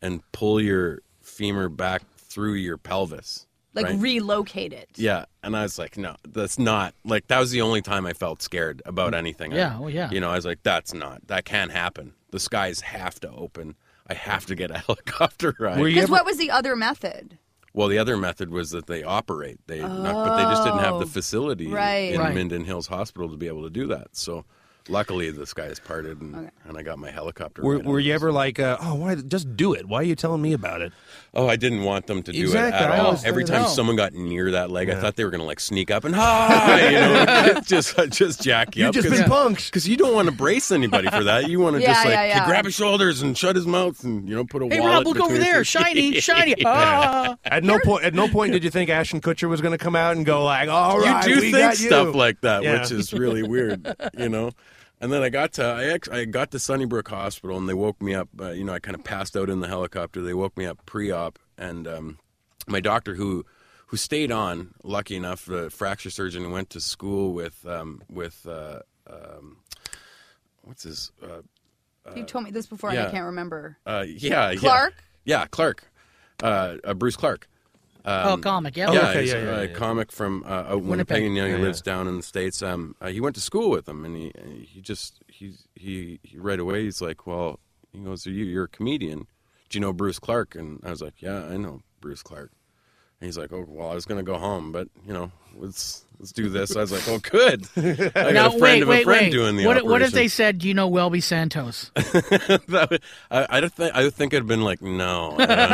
and pull your femur back through your pelvis.
Like
right?
relocate it.
Yeah, and I was like, no, that's not like that was the only time I felt scared about anything. I-
Yeah, oh, yeah.
You know, I was like, that's not that can't happen. The skies have to open. I have to get a helicopter ride.
Were you
Because
ever-
what was the other method?
Well, the other method was that they operate. They not, but they just didn't have
Oh,
the facility in-
right.
in
Right.
Minden Hills Hospital to be able to do that. So, luckily, the sky is parted, and, and I got my helicopter.
Were,
ride
were
out.
you ever like, uh, oh, why? Just do it. Why are you telling me about it?
Oh, I didn't want them to do
Exactly,
it
I
at all.
always
Every
thought,
time
no.
someone got near that leg, I thought they were going to like sneak up and hi, you know, just uh, just jack you
You've
up.
just been punked.
because you don't want to brace anybody for that. You want to
Yeah,
just like
yeah, yeah.
"Okay, grab his shoulders and shut his mouth and you know put a
Hey,
wallet
Rob, look
between his
over there.
teeth.
Shiny, shiny. Ah.
At no point, at no point did you think Ashton Kutcher was going to come out and go like, all
you
right,
do
we
think
got you.
stuff like that,
Yeah.
which is really weird, you know. And then I got to I, ex- I got to Sunnybrook Hospital, and they woke me up. Uh, you know, I kind of passed out in the helicopter. They woke me up pre-op, and um, my doctor who who stayed on, lucky enough, the fracture surgeon who went to school with um, with uh, um, what's his uh,
you told me this before and I
yeah.
can't remember.
uh, yeah yeah.
Clark?
yeah Clark uh, uh, Bruce Clark.
oh, comic. Yeah.
Um, Yeah,
okay,
he's
yeah, yeah,
a
yeah.
comic from uh, out in
Winnipeg.
Winnipeg, and you know, he lives down in the states. Um, uh, he went to school with him, and he he just he's he, he right away he's like, well, he goes, Are you you're a comedian? Do you know Bruce Clark? And I was like, yeah, I know Bruce Clark. And he's like, oh well, I was gonna go home, but you know, let's let's do this. I was like, oh, good. I got
Now,
a friend
wait,
of
wait,
a friend
wait.
doing the
what, what if they
operation.
said, do you know Welby Santos?
That would- I I don't think I would think I'd been like, no, I don't know,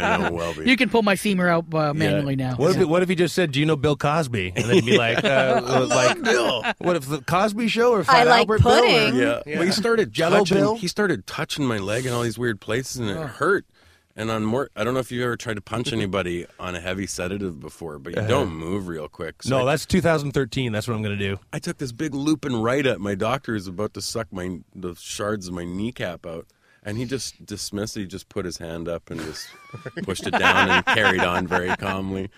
I know Welby.
you can pull my femur out uh, manually now.
What if,
Yeah.
what if he just said, "Do you know Bill Cosby?" And they'd be like, uh, "Like Bill." What if the Cosby Show or Fat
like
Albert Bill or-
pudding.
Yeah. Well, he started
Jello
touching,
Bill?
He started touching my leg in all these weird places, and it hurt. And on more, I don't know if you have ever tried to punch anybody on a heavy sedative before, but you don't move real quick. So
No,
I,
that's 2013. That's what I'm going to do.
I took this big loop and right at my doctor who's about to suck my the shards of my kneecap out, and he just dismissed it. He just put his hand up and just pushed it down and carried on very calmly.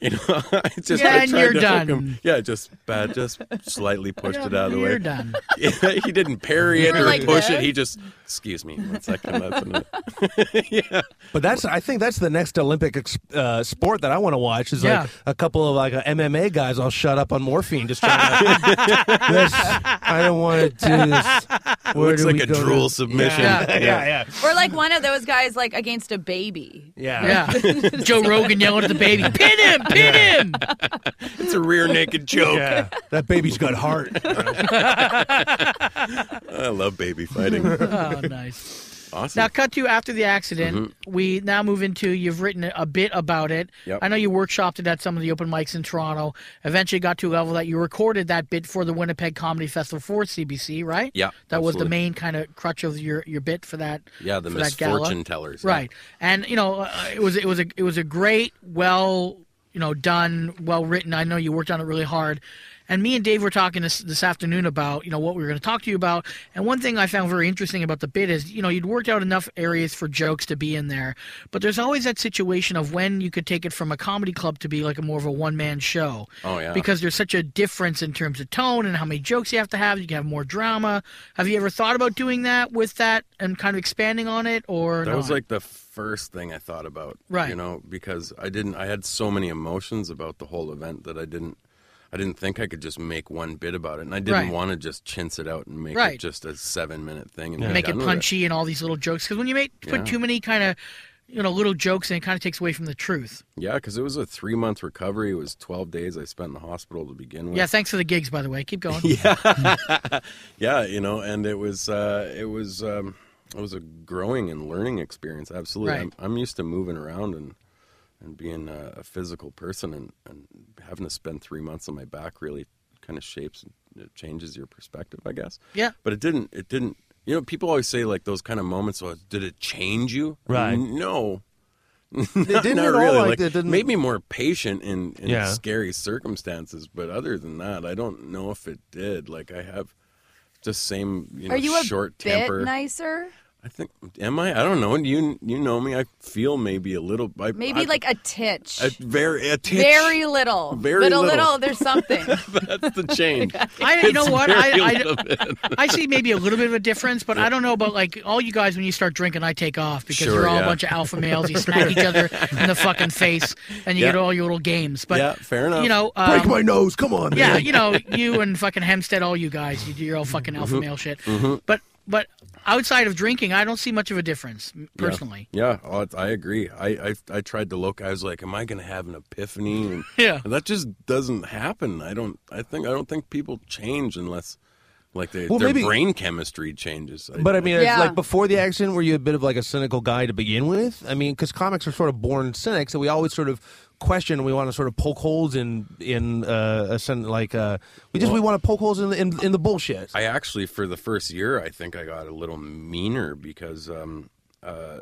You know, I just I
Yeah, and
tried
you're
to hook him.
done.
Yeah, just bad, just slightly pushed it out of the way.
You're done.
Yeah, he didn't parry it
were
or
like
push
this?
it. He just, excuse me, one second. That's enough."
But that's I think that's the next Olympic ex- uh, sport that I want to watch is
Yeah.
like a couple of like uh, MMA guys all shut up on morphine just trying to this, I don't want to do this. Where
Looks
do
like
we
a
go to-
drool submission.
Yeah, yeah, yeah.
Or like one of those guys like against a baby.
yeah.
Yeah. Joe Rogan yelling at the baby, pin him, pin him.
It's a rear naked joke.
Yeah. that baby's got heart.
I love baby fighting.
Oh, nice.
Awesome.
Now, cut to after the accident. We now move into you've written a bit about it.
Mm-hmm. Yep.
I know you workshopped it at some of the open mics in Toronto. Eventually got to a level that you recorded that bit for the Winnipeg Comedy Festival for CBC, right?
Yeah,
That was the
absolutely.
main kind of crutch of your, your bit for that.
yeah, the
for that gala.
misfortune tellers. yeah.
Right, and you know, uh, it was it was a it was a great, well, you know, done, well written. I know you worked on it really hard. And me and Dave were talking this this afternoon about you know what we were going to talk to you about. And one thing I found very interesting about the bit is you know you'd worked out enough areas for jokes to be in there, but there's always that situation of when you could take it from a comedy club to be like a more of a one man show.
Oh, yeah.
Because there's such a difference in terms of tone and how many jokes you have to have. You can have more drama. Have you ever thought about doing that with that and kind of expanding on it or
That was
not?
like the first thing I thought about.
Right.
You know, because I didn't I had so many emotions about the whole event that I didn't I didn't think I could just make one bit about it. And I didn't
Right.
want to just chintz it out and make
Right.
it just a seven minute thing and be
make it
done with
punchy and all these little jokes because when you make put too many kind of you know little jokes and it kind of takes away from the truth
Yeah, because it was a three month recovery. It was twelve days I spent in the hospital to begin with.
yeah thanks for the gigs by the way keep going
yeah you know and it was uh it was um it was a growing and learning experience absolutely
Right.
I'm, I'm used to moving around and and being a, a physical person and, and having to spend three months on my back really kind of shapes it changes your perspective i guess
Yeah.
but it didn't it didn't "Oh, you know people always say like those kind of moments well, did it change you
Right.
no Not-
didn't
not
at all
really.
like
Like,
that, didn't-
made me more patient in, in
Yeah.
scary circumstances, but other than that, I don't know if it did. Like I have just same you know
Are you a
short
bit
temper.
nicer?
I think am I? I don't know. You you know me. I feel maybe a little. I,
Maybe
I-
like a titch.
a very a titch.
Very little.
Very
but a
little.
little, there's something.
That's the change.
I, you know
It's
what?
very
I,
little
I,
bit.
I see maybe a little bit of a difference, but I don't know about like all you guys when you start drinking, I take off because
Sure,
you're all
yeah.
a bunch of alpha males. You smack each other in the fucking face, and you
Yeah.
get all your little games. But
Yeah, fair enough.
You know, um,
Break my nose. Come on.
yeah,
man.
you know, you and fucking Hempstead, all you guys, you do your all fucking alpha
Mm-hmm.
male shit. But but outside of drinking, I don't see much of a difference m- personally.
Yeah, oh, it's- I agree. I, I I tried to look. I was like, am I going to have an epiphany? And,
Yeah.
and that just doesn't happen. I don't. I think I don't think people change unless, like, they,
Well,
their
maybe-
brain chemistry changes.
But I mean, it's
Yeah.
like before the accident, were you a bit of like a cynical guy to begin with? I mean, because comics are sort of born cynics, and we always sort of question. and We want to sort of poke holes in in uh, a sen- like uh, we just we want to poke holes in the, in, in the bullshit.
I actually, for the first year, I think I got a little meaner because um, uh,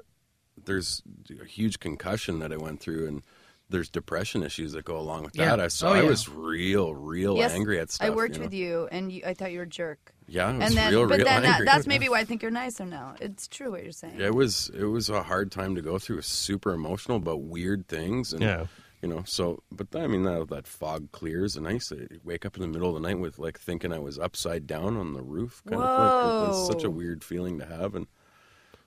there's a huge concussion that I went through, and there's depression issues that go along with
Yeah.
that. I so
Oh,
I
yeah.
was real, real
yes,
angry at stuff.
I worked
you know?
with you, and you, I thought you were a jerk.
Yeah, I was
and then,
real,
but
real
then
angry.
That, that's maybe why I think you're nicer now. It's true what you're saying.
Yeah, It was it was a hard time to go through. It was super emotional about weird things and
Yeah.
you know, so but I mean that that fog clears and I used to wake up in the middle of the night with like thinking I was upside down on the roof kind of like it was such a
Whoa.
weird feeling to have and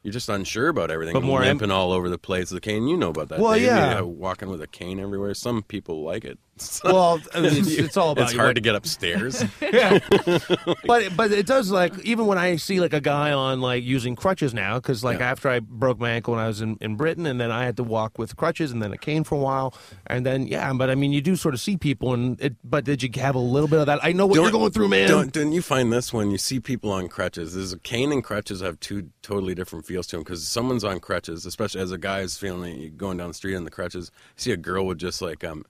you're just unsure about everything.
But
I'm
more em-
limping all over the place with a cane. You know about that.
Well,
Dave. You're,
yeah.
uh, walking with a cane everywhere. Some people like it. Some-
well, I mean, it's, it's all about
it's
you.
hard to get upstairs.
yeah. but but it does like even when I see like a guy on like using crutches now because like after I broke my ankle when I was in, in Britain and then I had to walk with crutches and then a cane for a while and then yeah but I mean you do sort of see people and it, but did you have a little bit of that I know what you're
Don't-
going through man
Don't, didn't you find this when you see people on crutches? There's a cane and crutches have two totally different feels to them because someone's on crutches, especially as a guy is feeling you going down the street on the crutches. You see a girl would just like um,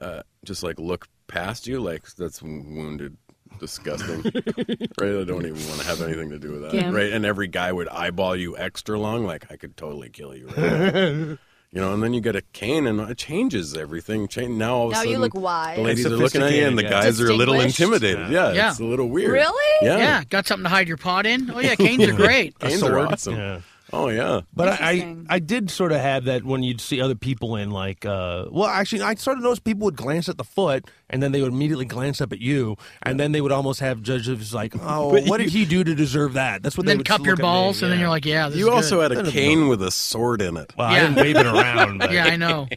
uh, just like look past you like that's wounded. Disgusting, right? I don't even want to have anything to do with that,
Gimp.
right? And every guy would eyeball you extra long, like I could totally kill you, right now. you know. And then you get a cane, and it changes everything. Change now. All of a
Now
sudden,
you look wise.
The ladies are looking at you, and the
Sophisticated, yeah.
guys are a little
Distinguished.
intimidated. Yeah,
Yeah.
it's a little weird.
Really?
Oh.
Yeah.
Yeah, got something to hide your pot in. Oh yeah, canes are great.
Canes
sword.
are awesome.
Yeah.
Oh yeah.
But I, I
Interesting.
I did sort of have that when you'd see other people in like uh well actually I sort of noticed people would glance at the foot and then they would immediately glance up at you and then they would almost have judges like oh
But
what
you-
did he do to deserve that that's what
And
they
then
would
cup
look
your
at me,
balls, and then
yeah.
you're like, yeah, this
You
is
also
good.
had a cane with a sword in it.
Well, I
Yeah.
didn't wave it around. But
Yeah, I know.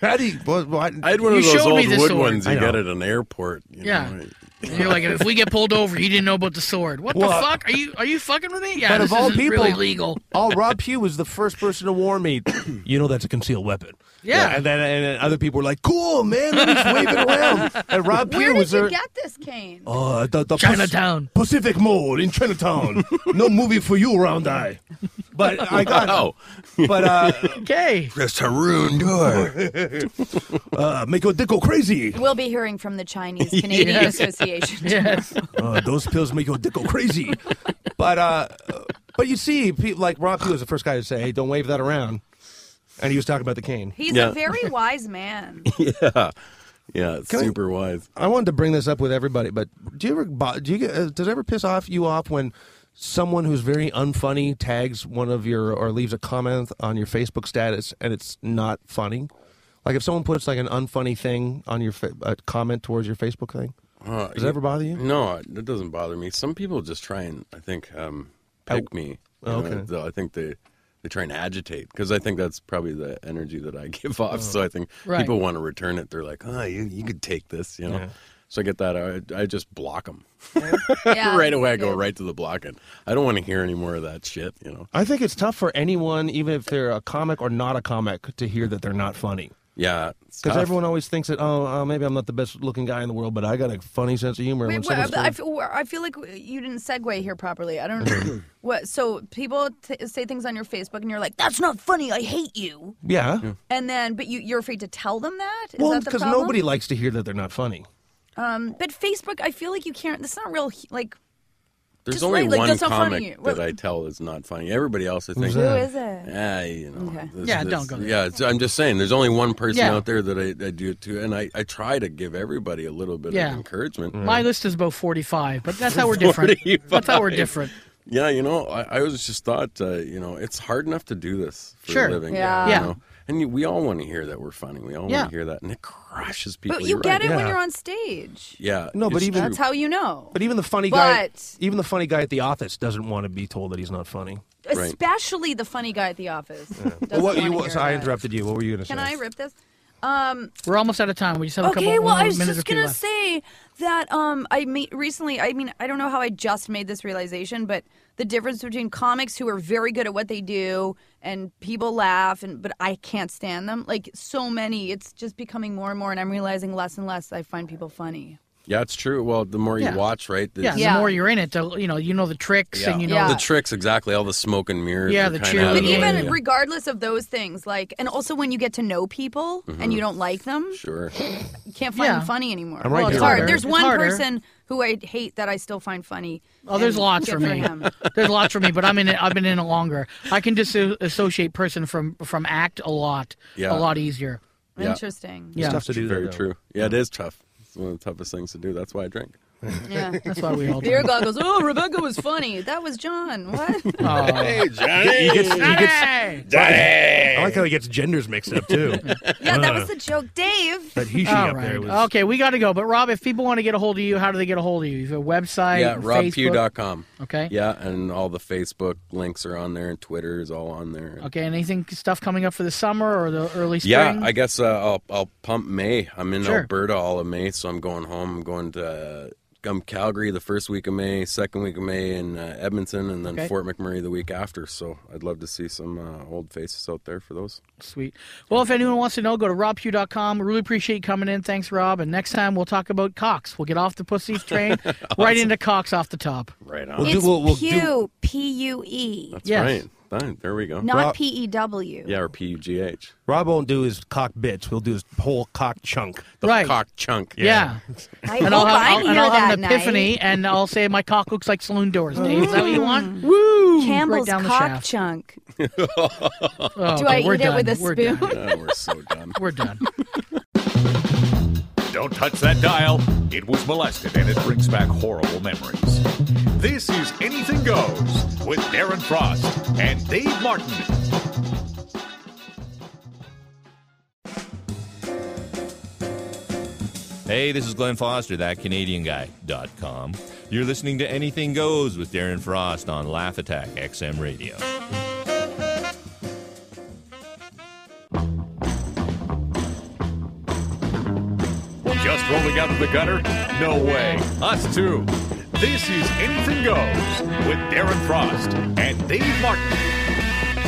How do you, well, well, I-
I had one
You
of those
showed me
old
the
wood
sword.
ones
I
you get
know.
at an airport. you
Yeah.
know.
And you're like, if we get pulled over, you didn't know about the sword. What
Well- uh,
the fuck? Are you are you fucking with me? Yeah,
But
this
of all
isn't
people,
really legal.
all Oh, Rob Pugh was the first person to warn me. you know that's a concealed weapon.
Yeah.
and then and then other people were like, "Cool, man, let me just wave it around." And Rob
Where
Pugh
did
was
you
there.
get this cane?
Oh.
Uh, the, the
Chinatown.
Pac- Pacific Mall in Chinatown. no movie for you, Round Eye. But I got.
Wow.
But uh,
Okay.
Just Haroon door.
uh, make your dick go crazy.
We'll be hearing from the Chinese Canadian Association.
Yes.
uh, those pills make your dick go crazy. But uh, but you see, pe- like Rob Pugh was the first guy to say, "Hey, don't wave that around," and he was talking about the cane.
He's
Yeah.
a very wise man.
yeah, it's
I-
super wise.
I wanted to bring this up with everybody, but do you ever bo- do you get, uh, does it ever piss off you off when someone who's very unfunny tags one of your or leaves a comment on your Facebook status and it's not funny? Like if someone puts like an unfunny thing on your fa- a comment towards your Facebook thing,
Uh,
does that ever bother you?
No, it doesn't bother me. Some people just try and I think um, pick me. you
Oh, okay.
Though I think they they try and agitate because I think that's probably the energy that I give
Oh.
off. So I think
Right.
people want to return it. They're like, oh, you you could take this, you know. So I get that. I, I just block them
Yeah,
right away. I go
good.
right to the blocking. I don't want to hear any more of that shit, you know.
I think it's tough for anyone, even if they're a comic or not a comic, to hear that they're not funny.
Yeah, it's
Because
tough.
everyone always thinks that, oh, uh, maybe I'm not the best looking guy in the world, but I got a funny sense of humor. and when
Wait, what, uh,
someone's
I, I
doing-
feel, I feel like you didn't segue here properly. I don't know. what. So people t- say things on your Facebook, and you're like, "That's not funny. I hate you."
yeah.
And then, but you, you're afraid to tell them that. Is
Well,
that the
because
problem?
nobody likes to hear that they're not funny.
Um, but Facebook, I feel like you can't. That's not real. hu- Like,
There's
Just
only
right, like,
one
that's not funny.
comic
What-
that I tell is not funny. Everybody else, I think.
Who is it?
Ah, you know.
Okay.
this-
Yeah,
this-
don't go there.
Yeah, it's, I'm just saying. There's only one person
Yeah.
out there that I, I do it to, and I, I try to give everybody a little bit
Yeah.
of encouragement.
My list is about 45, but that's how we're different.
45.
That's how we're different.
Yeah, you know, I, I was just thought, uh, you know, it's hard enough to do this for
Sure.
a living.
Yeah.
You
Yeah.
know? And you, we all want to hear that we're funny. We all
Yeah.
want to hear that, and it crushes people.
But you
You're
get
right.
it when
Yeah.
you're on stage.
Yeah.
No, but
it's
even-
true.
That's how you know.
But even the funny guy,
But-
even the funny guy at the office doesn't want to be told that he's not funny.
right.
Especially the funny guy at the office. Doesn't
what
wanna
you?
hear
So I
that.
interrupted you. What were you going to say?
Can I rip this? Um,
We're almost out of time. We just have a couple
okay, well,
more
I was
minutes
just
or two
gonna
left.
say that um, I made recently. I mean, I don't know how I just made this realization, but the difference between comics who are very good at what they do and people laugh, and but I can't stand them. Like so many, it's just becoming more and more, and I'm realizing less and less I find people funny.
Yeah, it's true. Well, the more you
Yeah.
watch, right? the-
yeah,
Yeah.
the more you're in it, the, you know, you know the tricks and you know
Yeah.
the tricks exactly. All the smoke and mirrors.
Yeah,
are
the
kinda out of
cheerleading.
But
the way,
even
yeah.
regardless of those things, like, and also when you get to know people
Mm-hmm.
and you don't like them,
Sure.
you can't find
Yeah.
them funny anymore.
I'm right
well, it's
here.
hard.
Harder.
There's
It's
one
harder.
person who I hate that I still find funny.
Oh, there's
and
lots
good
for me.
him.
There's lots for me, but I'm in it. I've been in it longer. I can disassociate person from from act a lot,
Yeah.
a lot easier.
Yeah.
Interesting.
It's
Yeah,
tough to do that,
Very
though.
true. Yeah, it is tough. It's one of the toughest things to do. That's why I drink.
Yeah.
that's why we all.
Beer
Do.
God goes, oh, Rebecca was funny. That was John. What?
Oh. Hey!
I like how he gets genders mixed up too. Uh,
yeah, that was the joke. Dave.
but he should
All
up
right.
there. Was,
Okay, we got to go. But Rob, if people want to get a hold of you, how do they get a hold of you? You have a website?
yeah,
and Facebook?
robpugh.com.
Okay.
Yeah, and all the Facebook links are on there, and Twitter is all on there.
Okay. Anything stuff coming up for the summer or the early spring?
Yeah, I guess uh, I'll I'll pump May. I'm in
Sure.
Alberta all of May, so I'm going home. I'm going to uh, come Calgary the first week of May, second week of May in uh, Edmonton, and then
Okay.
Fort McMurray the week after. So I'd love to see some uh, old faces out there for those.
Sweet. Well, if anyone wants to know, go to robpugh.com. Really appreciate you coming in. Thanks, Rob. And next time we'll talk about cocks. We'll get off the pussy train right into cocks off the top.
Right on.
We'll do- we'll- we'll do-
Pew, P U E,
That's
Yes.
right. Fine. There we go.
not P E W.
yeah, or P U G H.
Rob won't do his cock bits. We'll do his whole cock chunk.
The
Right.
cock chunk.
Yeah.
Oh, I
And I'll
hope
have,
I'm
I'll-
here
and I'll have
that
an epiphany,
night.
and I'll say my cock looks like saloon doors. Dave, is that what you want? Woo!
Campbell's
right down
cock
the shaft.
chunk.
Oh,
Do
okay,
I eat
we're
it
done.
with a
We're
spoon?
done.
Oh, we're so done.
We're done.
Don't touch that dial. It was molested and it brings back horrible memories. This is Anything Goes with Darren Frost and Dave Martin.
Hey, this is Glenn Foster, thatcanadianguy.com. You're listening to Anything Goes with Darren Frost on Laugh Attack XM Radio.
Just rolling out of the gutter? No way. Us too. This is Anything Goes with Darren Frost and Dave Martin.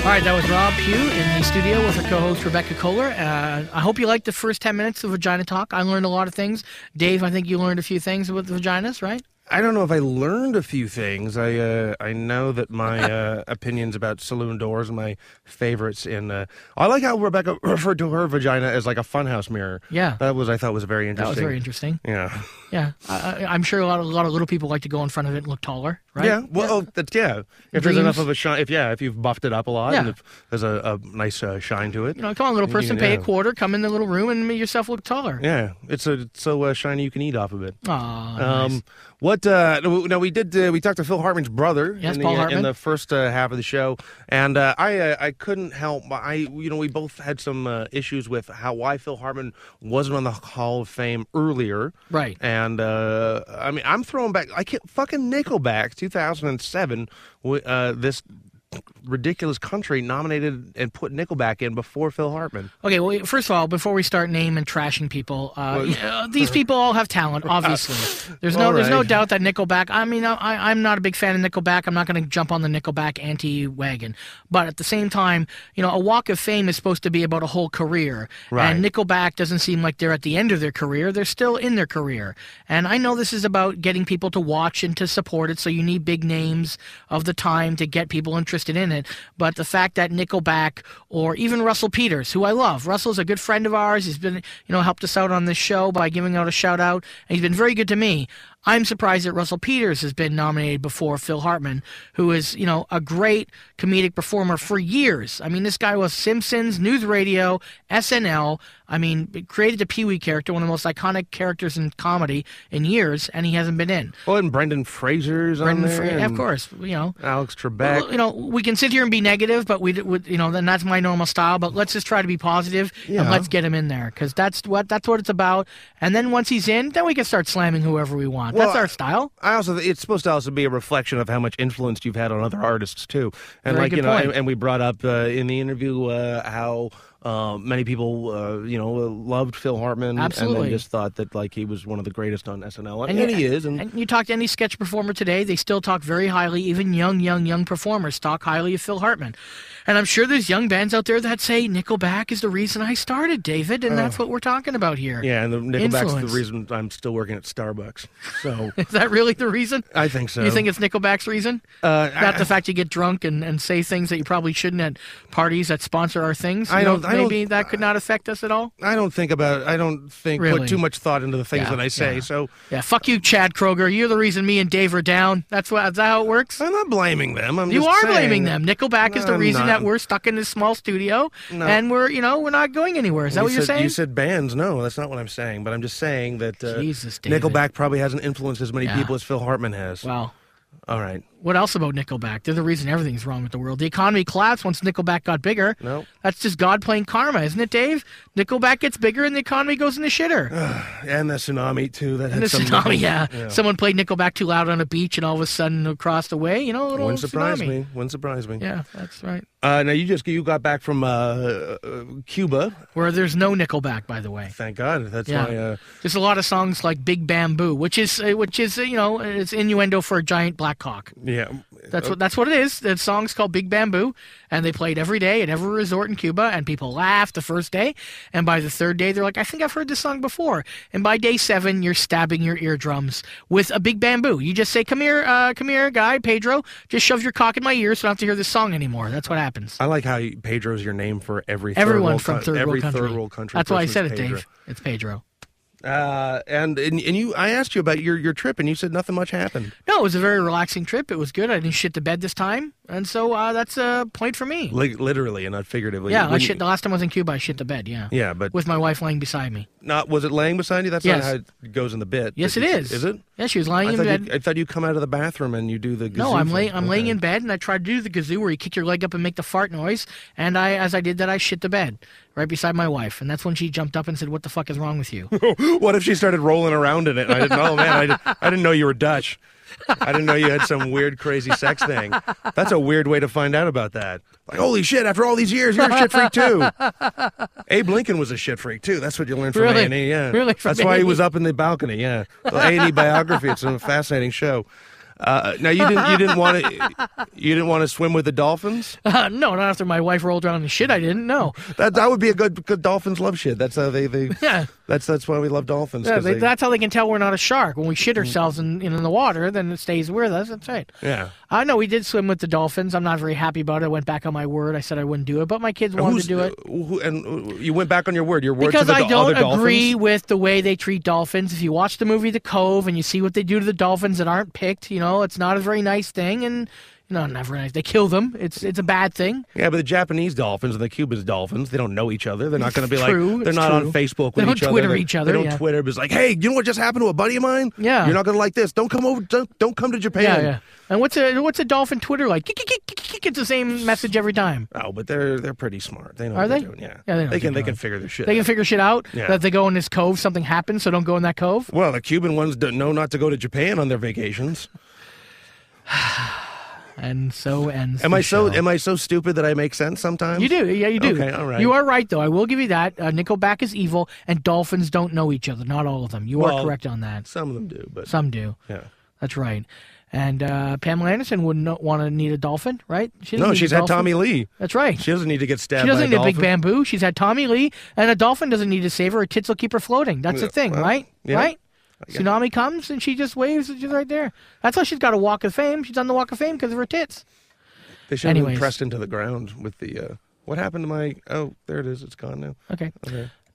All right, that was Rob Pugh in the studio with our co-host Rebecca Kohler. Uh, I hope you liked the first ten minutes of Vagina Talk. I learned a lot of things. Dave, I think you learned a few things about the vaginas, right?
I don't know if I learned a few things. I uh, I know that my uh, opinions about saloon doors, are my favorites in. Uh, I like how Rebecca referred to her vagina as like a funhouse mirror.
Yeah.
that was I thought was very
That
interesting.
was very interesting.
Yeah,
Yeah, I, I, I'm sure a lot, of, a lot of little people like to go in front of it and look taller, right?
yeah. Well, oh, that's, yeah. If there's
Dreams.
enough of a shine, if yeah, if you've buffed it up a lot, and
Yeah.
if there's a, a nice uh, shine to it.
You know, come on, little
You
person,
know.
pay a quarter, come in the little room, and make yourself look taller.
Yeah, it's a it's so uh, shiny you can eat off of it.
Aw,
Um, what? Uh, no, no, we did. Uh, we talked to Phil Hartman's brother
Yes,
in, the,
Paul
uh, in
Hartman.
the first uh, half of the show, and uh, I uh, I couldn't help. but I you know we both had some uh, issues with how why Phil Hartman wasn't on the Hall of Fame earlier,
Right.
And uh, I mean I'm throwing back. I can't fucking Nickelback 2007. wi- Uh, this ridiculous country nominated and put Nickelback in before Phil Hartman.
Okay, well, first of all, before we start name and trashing people, uh, yeah, these people all have talent, obviously. There's no,
All
there's no
right.
doubt that Nickelback. I mean, I- I, I'm not a big fan of Nickelback. I'm not going to jump on the Nickelback anti wagon, but at the same time, you know, a Walk of Fame is supposed to be about a whole career, and Nickelback doesn't seem like they're at the end of their career. They're still in their career, and I know this is about getting people to watch and to support it. So you need big names of the time to get people interested in it. But the fact that Nickelback or even Russell Peters, who I love, Russell's a good friend of ours. He's been, you know, helped us out on this show by giving out a shout out, and he's been very good to me. I'm surprised that Russell Peters has been nominated before Phil Hartman, who is, you know, a great comedic performer for years. I mean, this guy was Simpsons, News Radio, SNL. I mean, created the Pee Wee character, one of the most iconic characters in comedy in years, and he hasn't been in.
Oh, and Brendan Fraser's
Brendan
on there.
Fra- of
and
course, you know.
Alex Trebek.
Well, you know, we can sit here and be negative, but we, d- would you know, then that's my normal style. But let's just try to be positive
Yeah.
and let's get him in there because that's what that's what it's about. And then once he's in, then we can start slamming whoever we want.
Well,
that's our style.
I also it's supposed to also be a reflection of how much influence you've had on other artists too, and
Very
like
good
you know,
point.
and, and we brought up uh, in the interview uh, how uh, many people uh, you know loved Phil Hartman, and
Absolutely.
then just thought that like he was one of the greatest on SNL, and,
you-
and he is, and,
And you talk to any sketch performer today, they still talk very highly. Even young, young, young performers talk highly of Phil Hartman. And I'm sure there's young bands out there that say Nickelback is the reason I started, David, and that's what we're talking about here.
Oh. yeah, and the Nickelback's
Influence.
the reason I'm still working at Starbucks. So
Is that really the reason?
I think so.
You think it's Nickelback's reason?
Uh,
Not
I-
the fact you get drunk and, and say things that you probably shouldn't at parties that sponsor our things.
I
You
don't-
know,
I don't-
maybe that could not affect us at all.
I don't think about I don't think put
Really?
too much thought into the things
Yeah,
that I say.
yeah.
So
Yeah, fuck you, Chad Kroger. You're the reason me and Dave are down. That's what. That's how it works.
I'm not blaming them. I'm
You
just
are
saying-
blaming them. Nickelback is
No,
the
I'm
reason
not.
that we're stuck in this small studio
No.
and we're, you know, we're not going anywhere. Is that
You
what you're
said-
saying?
You said bands. No, that's not what I'm saying. But I'm just saying that uh,
Jesus, David.
Nickelback probably hasn't influenced as many
Yeah.
people as Phil Hartman has.
wow.
All right.
What else about Nickelback? They're the reason everything's wrong with the world. The economy collapsed once Nickelback got bigger.
No.
That's just God playing karma, isn't it, Dave? Nickelback gets bigger and the economy goes in the
Uh,
shitter.
And the tsunami too. That
And
had
the
some
tsunami, yeah. Someone played Nickelback too loud on a beach and all of a sudden across the way, you know, a little
Wouldn't surprise
tsunami.
me. Wouldn't surprise me.
Yeah, that's right.
Uh, now you just you got back from uh, uh, Cuba.
Where there's no Nickelback, by the way.
Thank God. That's
Yeah.
my. Uh,
There's a lot of songs like Big Bamboo, which is uh, which is uh, you know it's innuendo for a giant black cock.
yeah.
That's what that's what it is. The song's called Big Bamboo, and they played every day at every resort in Cuba, and people laughed the first day, and by the third day they're like, I think I've heard this song before. And by day seven, you're stabbing your eardrums with a big bamboo. You just say, Come here, uh, come here, guy, Pedro. Just shove your cock in my ear, so I don't have to hear this song anymore. That's what happens.
I like how you- Pedro's your name for every third
Everyone
world
from
co-
third
every
world country.
third world country.
That's why I
person
said
is
it,
Pedro.
Dave. It's Pedro.
Uh, and, and and you, I asked you about your your trip, and you said nothing much happened.
No, it was a very relaxing trip. It was good. I didn't shit the bed this time, and so uh, that's a point for me.
Like literally and not figuratively.
yeah, I
When
shit.
you-
The last time I was in Cuba, I shit the bed. Yeah.
Yeah, but
With my wife lying beside me.
Not was it laying beside you? That's
Yes.
not how it goes in the bit.
Yes, it
That you-
is.
Is it?
Yeah, she was lying
I
in
thought,
bed.
you, I thought you come out of the bathroom and you do the. Gazoo
no, I'm
thing.
laying. I'm laying
Okay.
in bed, and I tried to do the kazoo where you kick your leg up and make the fart noise. And I, as I did that, I shit the bed right beside my wife, and that's when she jumped up and said, "What the fuck is wrong with you?"
What if she started rolling around in it? And I didn't know, man. I, did, I didn't know you were Dutch. I didn't know you had some weird, crazy sex thing. That's a weird way to find out about that. Like, holy shit! After all these years, you're a shit freak too. Abe Lincoln was a shit freak too. That's what you learned from
Really?
A and E. Yeah,
Really, from
that's why he
A&E?
was up in the balcony. Yeah, A and E biography. It's a fascinating show. Uh, now you didn't you didn't want to you didn't want to swim with the dolphins.
Uh, no, not after my wife rolled around in shit. I didn't know.
That that would be a good good dolphins love shit. That's how they they
Yeah.
That's that's why we love dolphins.
Yeah,
'cause
they,
they- Mm.
that's how they can tell we're not a shark. When we shit ourselves in, in the water, then it stays with us. That's right.
yeah.
I know we did swim with the dolphins. I'm not very happy about it. I went back on my word. I said I wouldn't do it, but my kids wanted
Who's-
to do it.
uh, Who, and uh, you went back on your word. Your word to
Because
the
I
do-
don't
other dolphins?
agree with the way they treat dolphins. If you watch the movie The Cove and you see what they do to the dolphins that aren't picked, you know, it's not a very nice thing and you know, not very nice. They kill them. It's it's a bad thing.
Yeah, but the Japanese dolphins and the Cuban dolphins, they don't know each other. They're not going to be
True,
like they're
it's
not on
true.
Facebook with
They don't
each other.
Twitter
They-
each other,
They don't
yeah.
Twitter. But it's like, hey, you know what just happened to a buddy of mine?
Yeah.
you're not going to like this. Don't come over. Don't, don't come to Japan.
Yeah, yeah. And what's a what's a dolphin Twitter like? Kick, kick, kick, kick, kick. It's the same message every time.
Oh, but they're they're pretty smart. They know.
Are
what they're
they?
Doing. Yeah.
Yeah, they know what
can they
they're
can
doing.
figure their shit.
They can figure shit out.
Yeah.
That if they go in this cove, something happens, so don't go in that cove.
Well, the Cuban ones don't know not to go to Japan on their vacations.
And so ends.
Am
the
I so
show.
am I so stupid that I make sense sometimes?
You do, yeah, you do.
Okay, all right.
You are right, though. I will give you that. Uh, Nickelback is evil, and dolphins don't know each other. Not all of them. You
Well-
are correct on that.
Some of them do, but
Some do.
yeah.
That's right. And uh, Pamela Anderson wouldn't want to need a dolphin, right? She doesn't
No,
need a
she's had
dolphin.
Tommy Lee.
That's right.
She doesn't need to get stabbed.
She
by
doesn't need a big
dolphin.
bamboo. She's had Tommy Lee, and a dolphin doesn't need to save her. Her tits will keep her floating. That's the thing,
well,
right?
yeah.
Right? Tsunami comes, and she just waves. and She's right there. That's why she's got a walk of fame. She's on the walk of fame because of her tits.
They should have been
Anyways.
pressed into the ground with the. Uh, what happened to my? Oh, there it is. It's gone now.
Okay.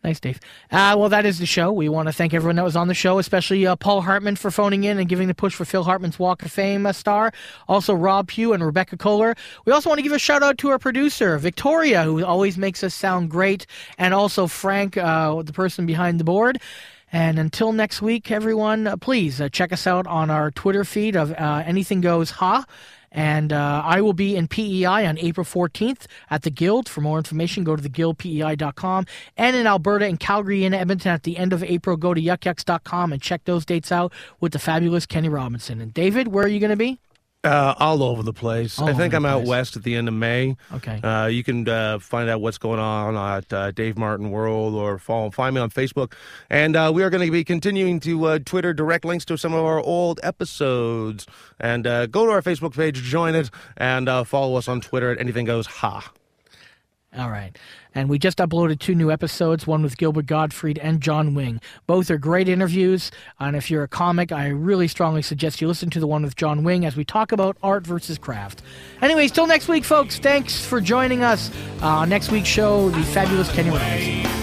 Thanks, Dave. Uh, well, that is the show. We want to thank everyone that was on the show, especially uh, Paul Hartman for phoning in and giving the push for Phil Hartman's Walk of Fame uh, star. Also, Rob Pugh and Rebecca Kohler. We also want to give a shout out to our producer, Victoria, who always makes us sound great, and also Frank, uh, the person behind the board. And until next week, everyone, uh, please uh, check us out on our Twitter feed of uh, Anything Goes Ha. And uh, I will be in PEI on April 14th at the Guild. For more information, go to E theguildpei.com. And in Alberta and Calgary and Edmonton at the end of April, go to yuckyucks.com and check those dates out with the fabulous Kenny Robinson. And David, where are you going to be?
Uh, all over the place.
All
I
over
think
the
I'm out
place.
west at the end of May.
Okay.
Uh, you can uh, find out what's going on at uh, Dave Martin World or follow, find me on Facebook. And uh, we are going to be continuing to uh, Twitter direct links to some of our old episodes. And uh, go to our Facebook page, join it, and uh, follow us on Twitter at Anything Goes Ha.
All right. And we just uploaded two new episodes, one with Gilbert Gottfried and John Wing. Both are great interviews. And if you're a comic, I really strongly suggest you listen to the one with John Wing as we talk about art versus craft. Anyways, till next week, folks, thanks for joining us. Uh, next week's show, the fabulous Kenny Robbins.